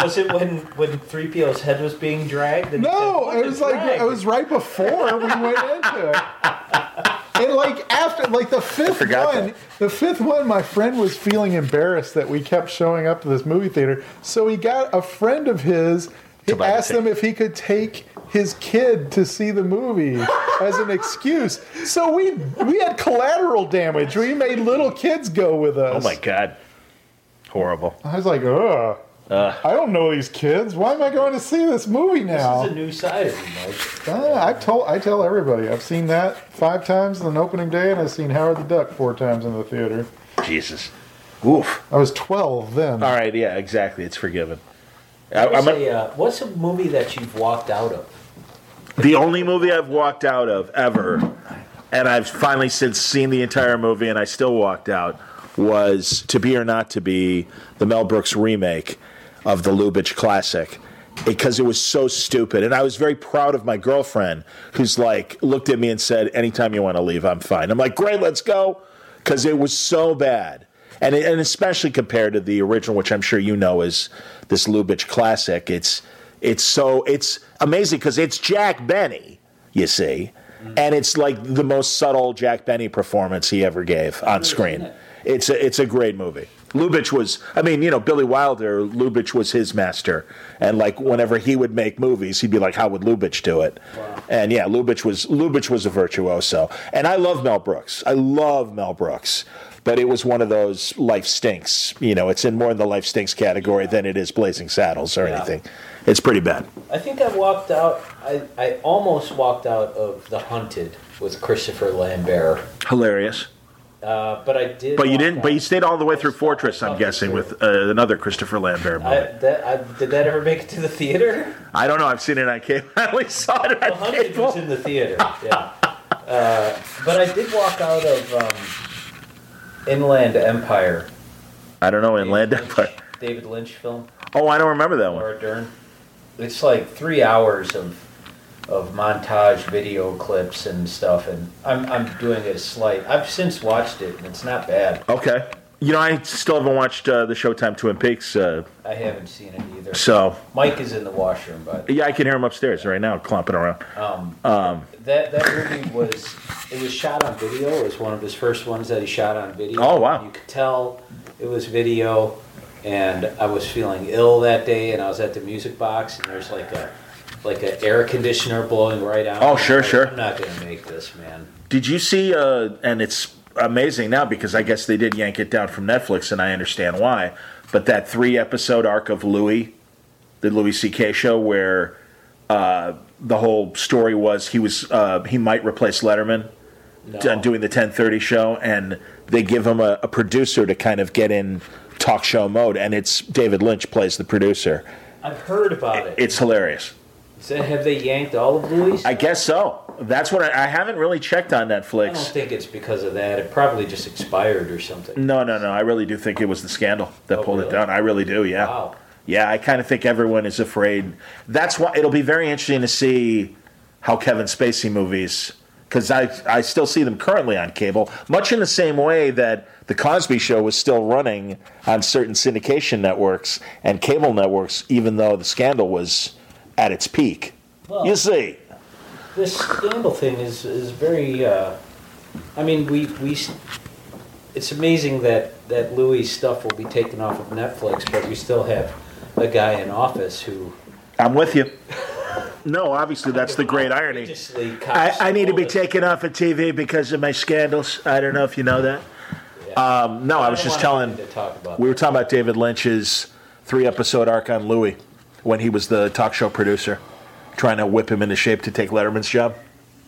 Was it when when three PO's head was being dragged? And he said,
No,
"What
it
the
was like
drag?"
it was right before we went into it. And like after like the fifth one,
forgot
the fifth one, my friend was feeling embarrassed that we kept showing up to this movie theater, so he got a friend of his. He
To buy the
asked them
ticket.
if he could take his kid to see the movie as an excuse. So we we had collateral damage. We made little kids go with us.
Oh my god, horrible.
I was like, ugh.
Uh.
I don't know these kids. Why am I going to see this movie now?
This is a new side of you, Mike.
Uh, I've told I tell everybody I've seen that five times on opening day, and I've seen Howard the Duck four times in the theater.
Jesus. Oof.
I was twelve then.
All right. Yeah. Exactly. It's forgiven. I,
What's
I'm a-
a, uh, what's a movie that you've walked out of?
The only movie I've walked out of ever, and I've finally since seen the entire movie and I still walked out, was To Be or Not to Be, the Mel Brooks remake of the Lubitsch classic. Because it was so stupid. And I was very proud of my girlfriend, who's like, looked at me and said, Anytime you want to leave, I'm fine. I'm like, Great, let's go. Because it was so bad. And, and especially compared to the original, which I'm sure you know is this Lubitsch classic, it's it's so it's amazing because it's Jack Benny, you see, and it's like the most subtle Jack Benny performance he ever gave on screen. It's a, it's a great movie. Lubitsch was, I mean, you know, Billy Wilder. Lubitsch was his master, and like whenever he would make movies, he'd be like, "How would Lubitsch do it?" And yeah, Lubitsch was Lubitsch was a virtuoso, and I love Mel Brooks. I love Mel Brooks, but it was one of those life stinks. You know, it's in more in the life stinks category than it is Blazing Saddles or
Yeah.
anything. It's pretty bad.
I think I walked out. I, I almost walked out of The Hunted with Christopher Lambert,
Hilarious.
uh, but I did.
But you
walk
didn't. But you
out.
stayed all the way through
I
Fortress. I'm
stopped
guessing
through.
with uh, another Christopher Lambert
I,
movie.
that, I, did that ever make it to the theater?
I don't know. I've seen it on cable. I only saw it
The
on
Hunted
cable.
was in the theater. Yeah. Uh, but I did walk out of um, Inland Empire.
I don't know. Inland
David
Empire.
Lynch- David Lynch film.
Oh, I don't remember that one.
Laura Dern. It's like three hours of of montage video clips and stuff, and I'm I'm doing a slight. I've since watched it, and it's not bad.
Okay. You know, I still haven't watched uh, the Showtime Twin Peaks, uh,
I haven't seen it either.
so
Mike is in the washroom, but
yeah, I can hear him upstairs right now clomping around.
um, that that movie was it was shot on video. It was one of his first ones that he shot on video.
Oh, wow.
You could tell it was video, and I was feeling ill that day, and I was at the music box, and there's like a like an air conditioner blowing right out.
Oh, sure,
I'm like,
sure.
I'm not gonna make this, man.
Did you see? Uh, and it's amazing now because I guess they did yank it down from Netflix, and I understand why. But that three episode arc of Louis, the Louis C.K. show, where uh, the whole story was he was uh, he might replace Letterman
No.
d- doing the 10:30 show, and they give him a, a producer to kind of get in talk show mode, and it's David Lynch plays the producer.
I've heard about it.
It's hilarious.
So have they yanked all of Louis?
I guess so. That's what I, I haven't really checked on
I don't
Netflix.
think it's because of that. It probably just expired or something.
No, no, no. I really do think it was the scandal that
Oh,
pulled it
really?
down. I really do. Yeah.
Wow.
Yeah, I kind of think everyone is afraid. That's why it'll be very interesting to see how Kevin Spacey movies, because I, I still see them currently on cable, much in the same way that The Cosby Show was still running on certain syndication networks and cable networks, even though the scandal was at its peak.
Well-
you see.
This scandal thing is is very. Uh, I mean, we we. s- It's amazing that that Louis stuff will be taken off of Netflix, but we still have a guy in office who
I'm with you. No, obviously, that's the great irony.
religiously cops
I, I need to be
Louis.
taken off of TV because of my scandals. I don't know if you know that. Um, no, I,
I
was
don't
just telling.
want to talk about
We were talking about David Lynch's three episode arc on Louis when he was the talk show producer, trying to whip him into shape to take Letterman's job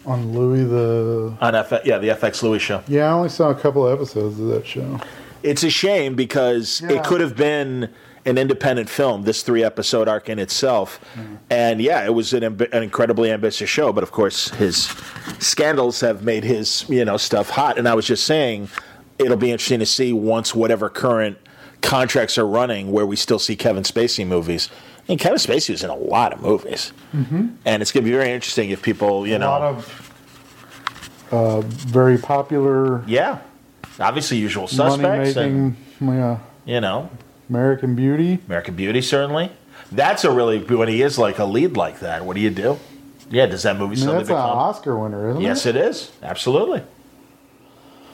On Louis the
on F- yeah the FX Louis show.
yeah, I only saw a couple of episodes of that show.
It's a shame because
Yeah.
it could have been an independent film, this three episode arc in itself.
Mm-hmm.
And yeah, it was an, amb- an incredibly ambitious show, but of course, his scandals have made his you know stuff hot. And I was just saying, it'll be interesting to see once whatever current contracts are running, where we still see Kevin Spacey movies. And Kevin Spacey was in a lot of movies, and it's going to be very interesting if people you
Mm-hmm. A
know,
lot of uh, very popular
yeah, obviously usual
money
suspects, and
making yeah,
you know,
American Beauty.
American Beauty, certainly. That's a really when he is like a lead like that. What do you do? Yeah, does that movie
I mean,
suddenly
that's an
become?
Oscar winner, isn't
Yes,
it?
it is. Absolutely.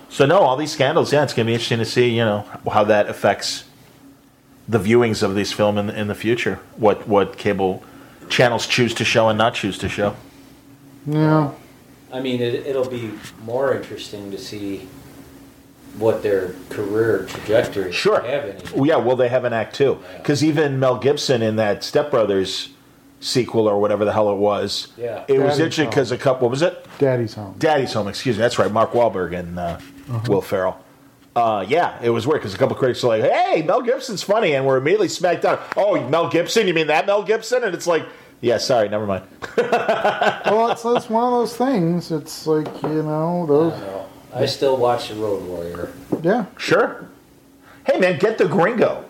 So no, all these scandals. Yeah, it's going to be interesting to see. You know how that affects the viewings of these film in in the future. What what cable channels choose to show and not choose to show.
No.
I mean, it, it'll be more interesting to see what their career trajectory
Sure.
have any.
Well, yeah, well, they have an act two. Because even Mel Gibson in that Step Brothers sequel or whatever the hell it was,
Yeah.
it was
Daddy's
interesting
Home.
because a couple, what was it?
Daddy's home.
Daddy's Home, excuse me. That's right, Mark Wahlberg and uh,
Uh-huh.
Will Ferrell. Uh, yeah, it was weird because a couple critics are like, hey, Mel Gibson's funny, and we're immediately smacked down. Oh, Mel Gibson? You mean that Mel Gibson? And it's like, yeah, sorry, never mind.
well, it's, it's one of those things. It's like you know
I don't
those.
know. I still watch The Road Warrior.
Yeah.
Sure. Hey, man, get the gringo.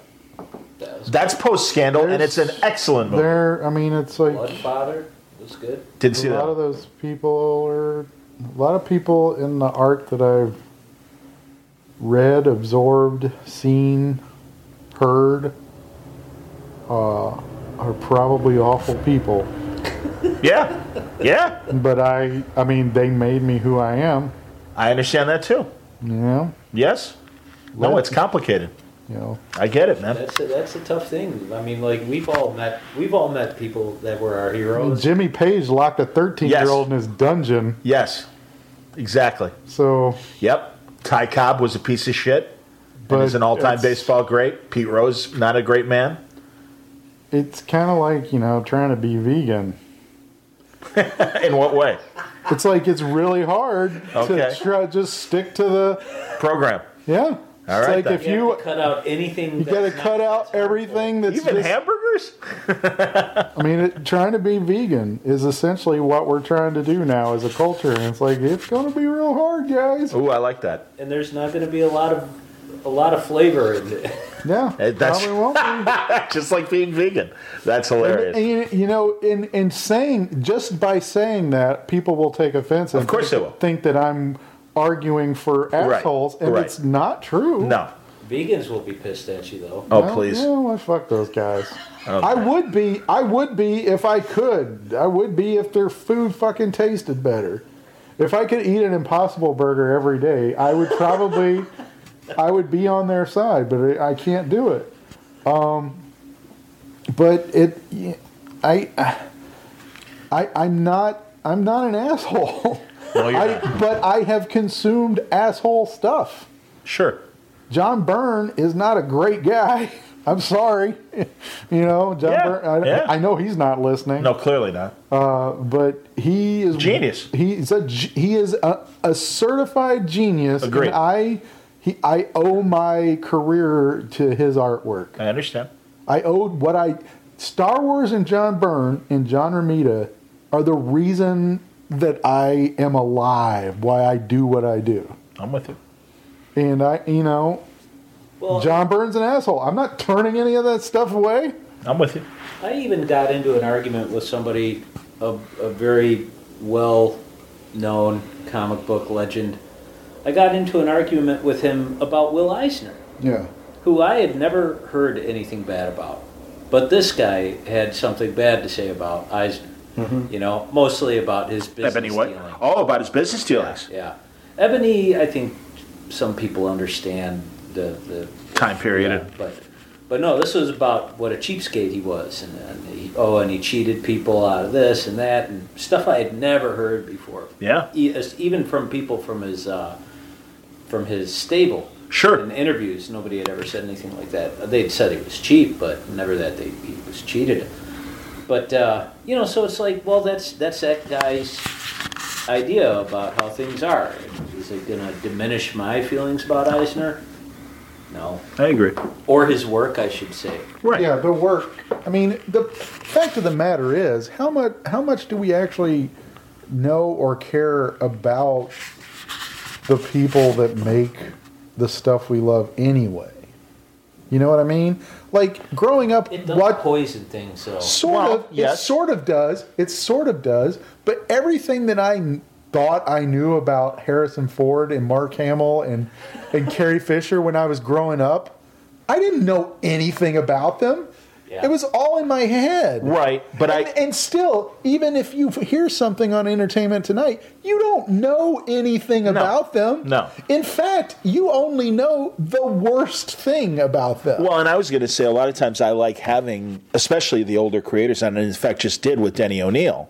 That was
That's post scandal, and it's an excellent movie.
There. I mean, it's like
Bloodfather was good.
Didn't
a
see
lot of
that.
those people are a lot of people in the art that I've read, absorbed, seen, heard uh, are probably awful people.
Yeah, yeah.
But I, I mean, they made me who I am.
I understand that too.
You know,
Yes. No,
Well-
it's complicated.
you know.
I get it, man.
That's a, that's a tough thing. I mean, like we've all met we've all met people that were our heroes.
Jimmy Page locked a 13
Yes.
year old in his dungeon.
Yes. Exactly.
So,
Yep. Ty Cobb was a piece of shit. But
But
he's an all-time
it's-
baseball great. Pete Rose, not a great man.
it's kind of like, you know, trying to be vegan.
In what way?
It's like it's really hard
Okay.
to try just stick to the
Program.
Yeah.
All
it's
right,
like
then.
if
You
you
have to cut out anything.
you got to
that's not-
cut out
that's harmful.
everything that's
Even
just,
hamburgers?
I mean, it, trying to be vegan is essentially what we're trying to do now as a culture, and it's like it's going to be real hard, guys.
Ooh, I like that.
And there's not going to be a lot of a lot of flavor in it.
Yeah,
Hey, that's-
probably won't be.
Just like being vegan. That's
And,
hilarious.
and, you know, in in saying just by saying that, people will take offense. And
Of course
think,
they will.
Think that I'm arguing for assholes, and
right.
it's not true.
No.
Vegans will be pissed at you though.
Oh,
Well,
please.
Yeah, well, fuck those guys. I would be. I would be if I could. I would be if their food fucking tasted better. If I could eat an Impossible Burger every day, I would probably. I would be on their side, but I I can't do it. Um, but it, I, I, I'm not. I'm not an asshole.
No, you're
I,
not.
but I have consumed asshole stuff.
Sure.
John Byrne is not a great guy. I'm sorry, you know, John
Yeah,
Byrne. I,
yeah.
I know he's not listening,
No, clearly not.
uh, but he is
Genius.
He's a ge- he is a, a certified genius. and
Agreed.
I he, I owe my career to his artwork.
I understand.
I owed what I Star Wars and John Byrne and John Romita are the reason that I am alive. Why I do what I do,
I'm with you.
and I you know
Well,
John Burns an asshole. I'm not turning any of that stuff away.
I'm with you.
I even got into an argument with somebody, a, a very well known comic book legend. I got into an argument with him about Will Eisner,
Yeah.
who I had never heard anything bad about. But this guy had something bad to say about Eisner. You know, mostly about his business
Ebony what?
dealing.
Oh, about his business dealings.
Yeah. Ebony, I think some people understand the, the
Time period.
yeah, but but no, this was about what a cheapskate he was, and, and he, oh, and he cheated people out of this and that and stuff I had never heard before.
Yeah.
E- as- even from people from his uh, from his stable.
Sure.
In interviews, nobody had ever said anything like that. They'd said he was cheap, but never that they, he was cheated. But uh, you know, so it's like, well, that's that's that guy's idea about how things are. Is it going to diminish my feelings about Eisner? No
I agree.
or his work, I should say.
Right.
Yeah, the work. I mean, the fact of the matter is, how much how much do we actually know or care about the people that make the stuff we love anyway? You know what I mean? Like growing up,
It does
what
poison things, so
sort
Well,
of
yes.
it sort of does it sort of does but everything that i kn- thought i knew about harrison ford and mark hamill and and carrie fisher when i was growing up i didn't know anything about them
Yeah.
It was all in my head.
Right, but
and,
I-
and still, even if you hear something on Entertainment Tonight, you don't know anything about them.
No.
In fact, you only know the worst thing about them.
Well, and I was going to say a lot of times I like having, especially the older creators, and in fact just did with Denny O'Neill.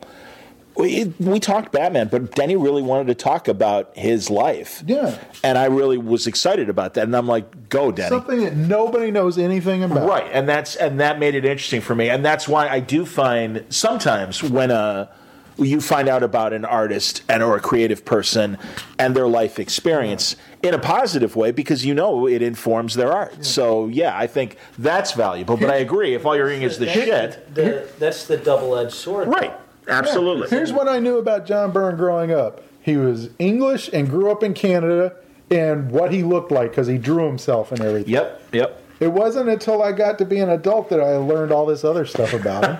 We, we talked Batman, but Denny really wanted to talk about his life.
Yeah.
And I really was excited about that. And I'm like, go, Denny.
Something that nobody knows anything about.
Right, and that's and that made it interesting for me, and that's why I do find sometimes when a you find out about an artist and or a creative person and their life experience in a positive way because you know it informs their art. So yeah, I think that's valuable. But I agree, if all you're hearing is the shit,
The, that's the double-edged sword.
right? Absolutely.
Here's what I knew about John Byrne growing up. He was English and grew up in Canada and what he looked like because he drew himself and everything.
Yep. Yep.
It wasn't until I got to be an adult that I learned all this other stuff about him.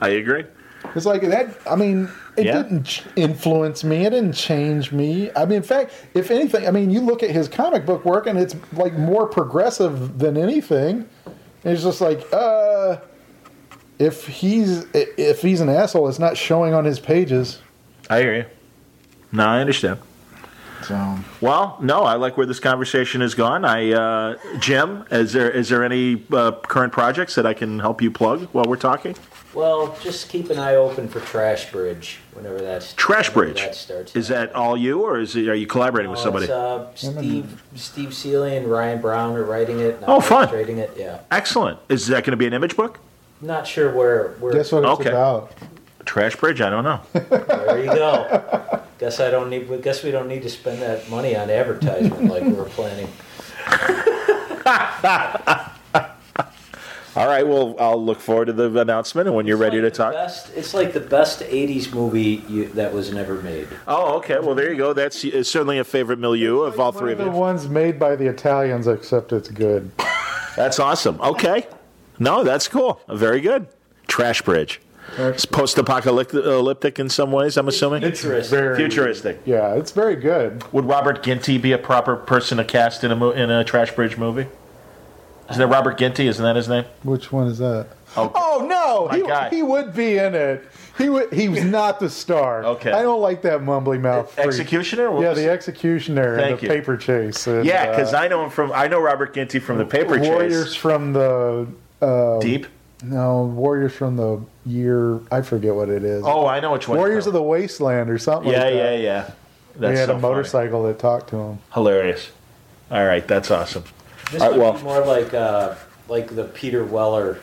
I agree.
it's like that, I mean, it
Yeah.
didn't ch- influence me, it didn't change me. I mean, in fact, if anything, I mean, you look at his comic book work and it's like more progressive than anything. And it's just like, uh, if he's i- if he's an asshole, it's not showing on his pages.
I hear you. No, I understand.
So
Well, no, I like where this conversation has gone. I, uh, Jim, is there is there any uh, current projects that I can help you plug while we're talking?
Well, just keep an eye open for Trash Bridge whenever that's
Trash
whenever
Bridge.
That starts.
Is that all you, or is it, are you collaborating with
No,
somebody?
It's, uh, Steve Steve Seeley and Ryan Brown are writing it. and
Oh,
I'm
fun.
Illustrating it. Yeah.
Excellent. Is that going to be an image book?
Not sure where where.
guess what it's
Okay.
about?
Trash Bridge? I don't know.
There you go. guess I don't need. Guess we don't need to spend that money on advertisement like we were planning.
all right. Well, I'll look forward to the announcement and when you're ready to
It's like
talk.
the Best, it's like the best '80s movie you, that was never made.
Oh, okay. Well, there you go. That's uh, certainly a favorite milieu of all three of
the
you.
ones made by the Italians, except it's good.
That's awesome. Okay. No, that's cool. Very good. Trash Bridge. It's post-apocalyptic in some ways. I'm assuming.
Futurist.
Very,
Futuristic.
Yeah, it's very good.
Would Robert Ginty be a proper person to cast in a mo- in a Trash Bridge movie? Isn't that Robert Ginty? Isn't that his name?
Which one is that?
Oh.
Oh no,
My guy.
he, he would be in it. He would, he was not the star.
Okay.
I don't like that mumbly
Oh,
mouth. freak.
Executioner? What
Yeah,
was-
the executioner
Thank
and the
you.
paper chase. And,
Yeah, because
uh,
I know him from I know Robert Ginty from the Paper
warriors
Chase.
from the uh,
Deep.
no warriors from the year I forget what it is.
Oh, I know which one.
warriors of the wasteland or something.
Yeah,
like
yeah,
that.
yeah.
They
That's
had
so
a
funny.
motorcycle that talked to him.
Hilarious. All right, that's awesome.
This
All
would
right,
be
well,
more like uh, like the Peter Weller,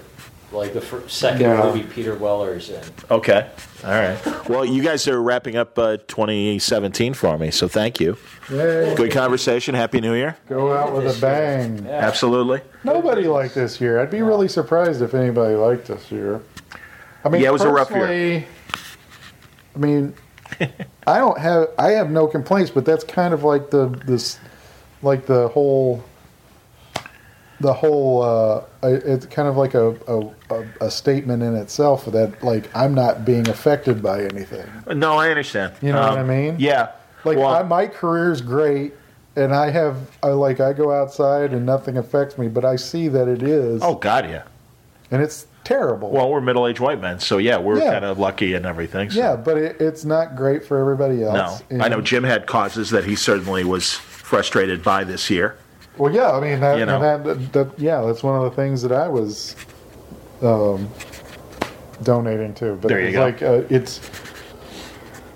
like the fir- second
Yeah.
movie Peter Weller's in.
okay. All right. Well, you guys are wrapping up uh, 2017 for me, so thank you.
Yay,
Good conversation. Happy New Year.
go out with a
This
bang.
Yeah.
Absolutely.
Nobody liked this year. I'd be really surprised if anybody liked this year. I mean,
Yeah, it was a rough year.
personally, I mean, I don't have I have no complaints, but that's kind of like the this like the whole the whole uh, it's kind of like a, a, a, a statement in itself that like I'm not being affected by anything.
No, I understand. Um,
You know what I mean?
Yeah.
Like
Well,
I, my career's great, and I have I like I go outside and nothing affects me, but I see that it is
oh God, yeah.
and it's terrible.
Well, we're middle-aged white men, so yeah, we're
Yeah.
kind of lucky and everything. So.
yeah, but it, it's not great for everybody
No,
else.
I
And-
know Jim had causes that he certainly was frustrated by this year.
Well, yeah, I mean, that,
You know.
that, that, that- yeah, that's one of the things that I was um, donating to. But
There you
it's
go.
like uh, it's.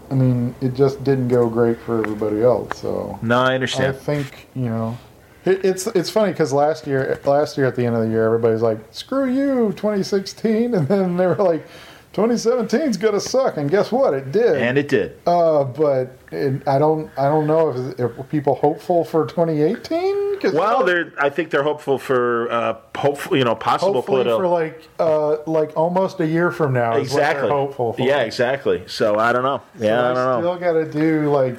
I mean, it just didn't go great for everybody else. So
No, I
I
understand.
think you know. It, it's it's funny because last year last year at the end of the year everybody's like screw you 2016 and then they were like 2017's gonna suck and guess what it did
and it did.
Uh, but it, I don't, I don't know if, if were people hopeful for 2018. 'Cause
Well, they're. I think they're hopeful for uh, hopeful, you know, possible
hopefully
political.
for like, uh, like almost a year from now. is what they're
exactly.
hopeful. For.
Yeah, exactly. So I don't know. Yeah, I
But
don't know.
Still got to do like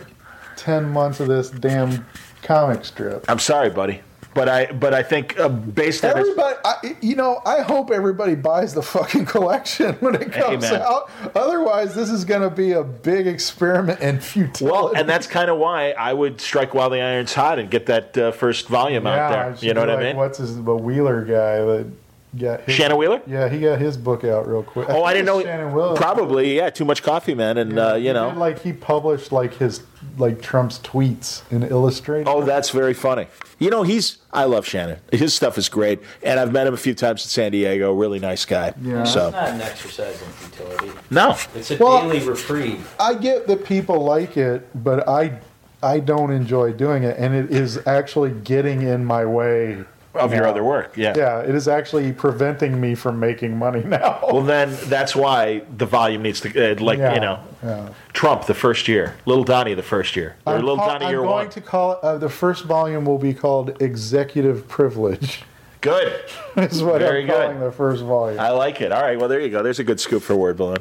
10 months of this damn comic strip.
I'm sorry, buddy, but I but I think uh, based on his-
Everybody, I, you know, I hope everybody buys the fucking collection when it comes
Amen.
out. Otherwise, this is going to be a big experiment in futility.
well, and that's kind of why I would strike while the iron's hot and get that uh, first volume
Yeah,
out
I
there.
should
You know
be
what I
like,
mean?
What's his the Wheeler guy that got his,
Shannon Wheeler?
Yeah, he got his book out real quick.
Oh, I didn't
think
know.
it's Shannon Willis.
Probably, yeah. Too much coffee, man, and uh,
He
you
did,
know.
like he published like his like Trump's tweets and illustrated.
Oh, that's very funny. You know, he's. I love Shannon. His stuff is great, and I've met him a few times in San Diego. Really nice guy.
Yeah.
It's
So
not an exercise in futility.
no,
It's a
Well-
daily reprieve.
I get that people like it, but I I don't enjoy doing it, and it is actually getting in my way.
of your
now.
other work, yeah.
Yeah, it is actually preventing me from making money now.
Well, then that's why the volume needs to, uh, like
Yeah,
you know,
yeah.
Trump the first year, Little Donnie the first year, or
I'm,
Little
call-
Donnie
I'm
year
going
one.
to call it, uh, the first volume will be called Executive Privilege.
Good.
Is what
Very
I'm
good.
calling the first volume.
I like it. All right. Well, there you go. There's a good scoop for word balloon.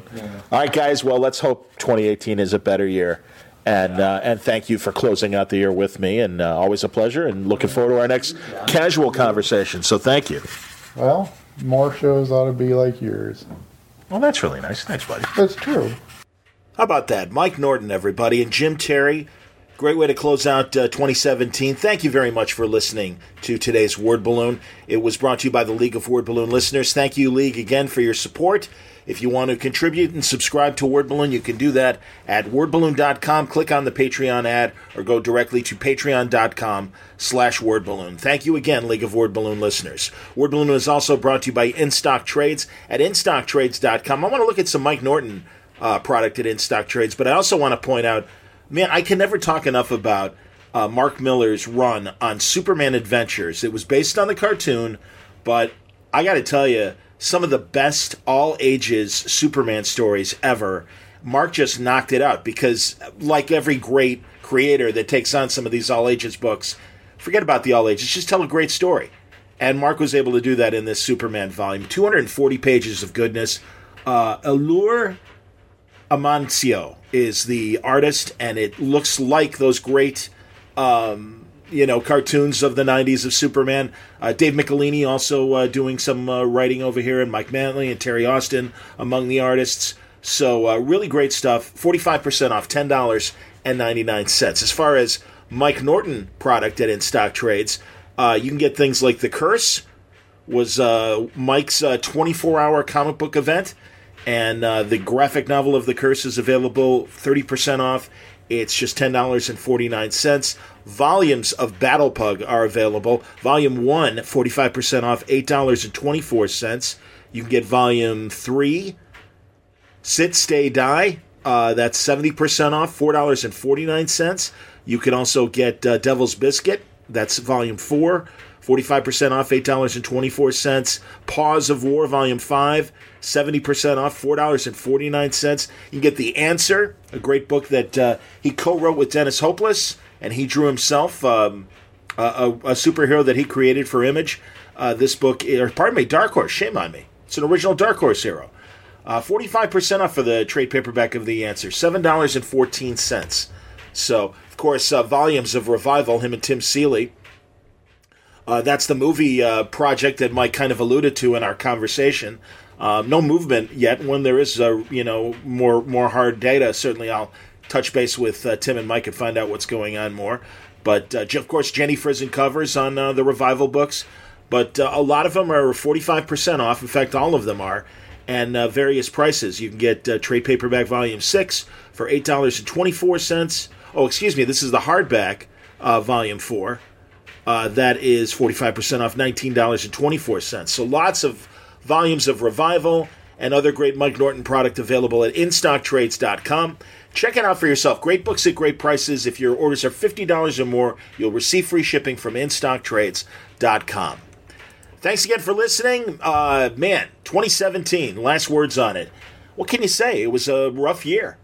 All right, guys. Well, let's hope 2018 is a better year. And uh, and thank you for closing out the year with me. And uh, always a pleasure. And looking forward to our next casual conversation. So thank you.
well, more shows ought to be like yours.
Well, that's really nice. Thanks, buddy.
That's true.
How about that? Mike Norton, everybody, and Jim Terry. Great way to close out uh, 2017. Thank you very much for listening to today's Word Balloon. It was brought to you by the League of Word Balloon listeners. Thank you, League, again for your support. If you want to contribute and subscribe to Word Balloon, you can do that at wordballoon.com. Click on the Patreon ad or go directly to patreon.com slash wordballoon. Thank you again, League of Word Balloon listeners. Word Balloon is also brought to you by InStock Trades at instocktrades.com. I want to look at some Mike Norton uh, product at In Stock Trades. But I also want to point out, man, I can never talk enough about uh, Mark Miller's run on Superman Adventures. It was based on the cartoon, but I got to tell you, some of the best all ages Superman stories ever. Mark just knocked it out because, like every great creator that takes on some of these all ages books, forget about the all ages, just tell a great story. And Mark was able to do that in this Superman volume. 240 pages of goodness. Uh, Allure Amancio is the artist, and it looks like those great, um, you know, cartoons of the '90s of Superman. Uh, Dave Michelini also uh, doing some uh, writing over here, and Mike Manley and Terry Austin among the artists. So uh, really great stuff. Forty-five percent off, ten dollars and ninety-nine cents. As far as Mike Norton product at In Stock Trades, uh, you can get things like The Curse, was uh, Mike's uh, 24-hour comic book event, and uh, the graphic novel of the curse is available 30% off. It's just ten dollars and forty nine cents. Volumes of Battle Pug are available. Volume 1, 45% off, eight dollars and twenty four cents. You can get volume three, Sit, Stay, Die. Uh, that's 70% off, $4.49. You can also get uh, Devil's Biscuit. That's volume 4, 45% off, $8.24. Pause of War, volume 5, 70% off, $4.49. You can get The Answer, a great book that uh, he co wrote with Dennis Hopeless, and he drew himself. Um, a, a, a superhero that he created for Image. Uh, this book, or pardon me, Dark Horse. Shame on me. It's an original Dark Horse hero. Uh, 45% off for the trade paperback of The Answer, $7.14. So, of course, uh, volumes of Revival, him and Tim Seeley. Uh, that's the movie uh, project that Mike kind of alluded to in our conversation. Um, no movement yet. When there is, uh, you know, more more hard data, certainly I'll touch base with uh, Tim and Mike and find out what's going on more. But uh, of course, Jenny Frizen covers on uh, the revival books, but uh, a lot of them are forty five percent off. In fact, all of them are, and uh, various prices. You can get uh, trade paperback volume six for eight dollars and twenty four cents. Oh, excuse me, this is the hardback uh, volume four. Uh, that is 45% off, $19.24. So lots of volumes of Revival and other great Mike Norton product available at instocktrades.com. Check it out for yourself. Great books at great prices. If your orders are $50 or more, you'll receive free shipping from instocktrades.com. Thanks again for listening. Uh, man, 2017, last words on it. What can you say? It was a rough year.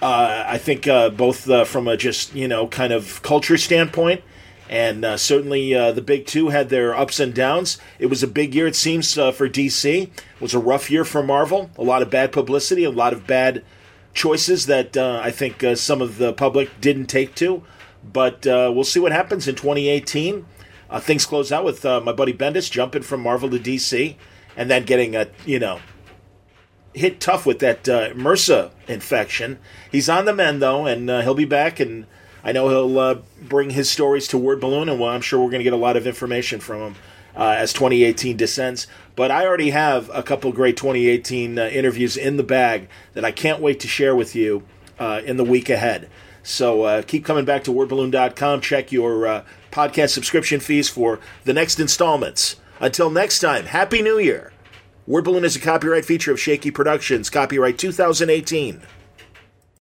I think uh, both uh, from a just you know kind of culture standpoint, and uh, certainly uh, the big two had their ups and downs. It was a big year, it seems, uh, for DC. It was a rough year for Marvel. A lot of bad publicity, a lot of bad choices that uh, I think uh, some of the public didn't take to. But uh, we'll see what happens in 2018. Uh, things close out with uh, my buddy Bendis jumping from Marvel to DC, and then getting a you know hit tough with that uh, MRSA infection. He's on the mend though, and uh, he'll be back. And I know he'll uh, bring his stories to Word Balloon, and well, I'm sure we're going to get a lot of information from him uh, as 2018 descends. But I already have a couple great 2018 uh, interviews in the bag that I can't wait to share with you uh, in the week ahead. So uh, keep coming back to wordballoon.com. Check your uh, podcast subscription fees for the next installments. Until next time, Happy New Year! Word Balloon is a copyright feature of Shaky Productions, copyright 2018.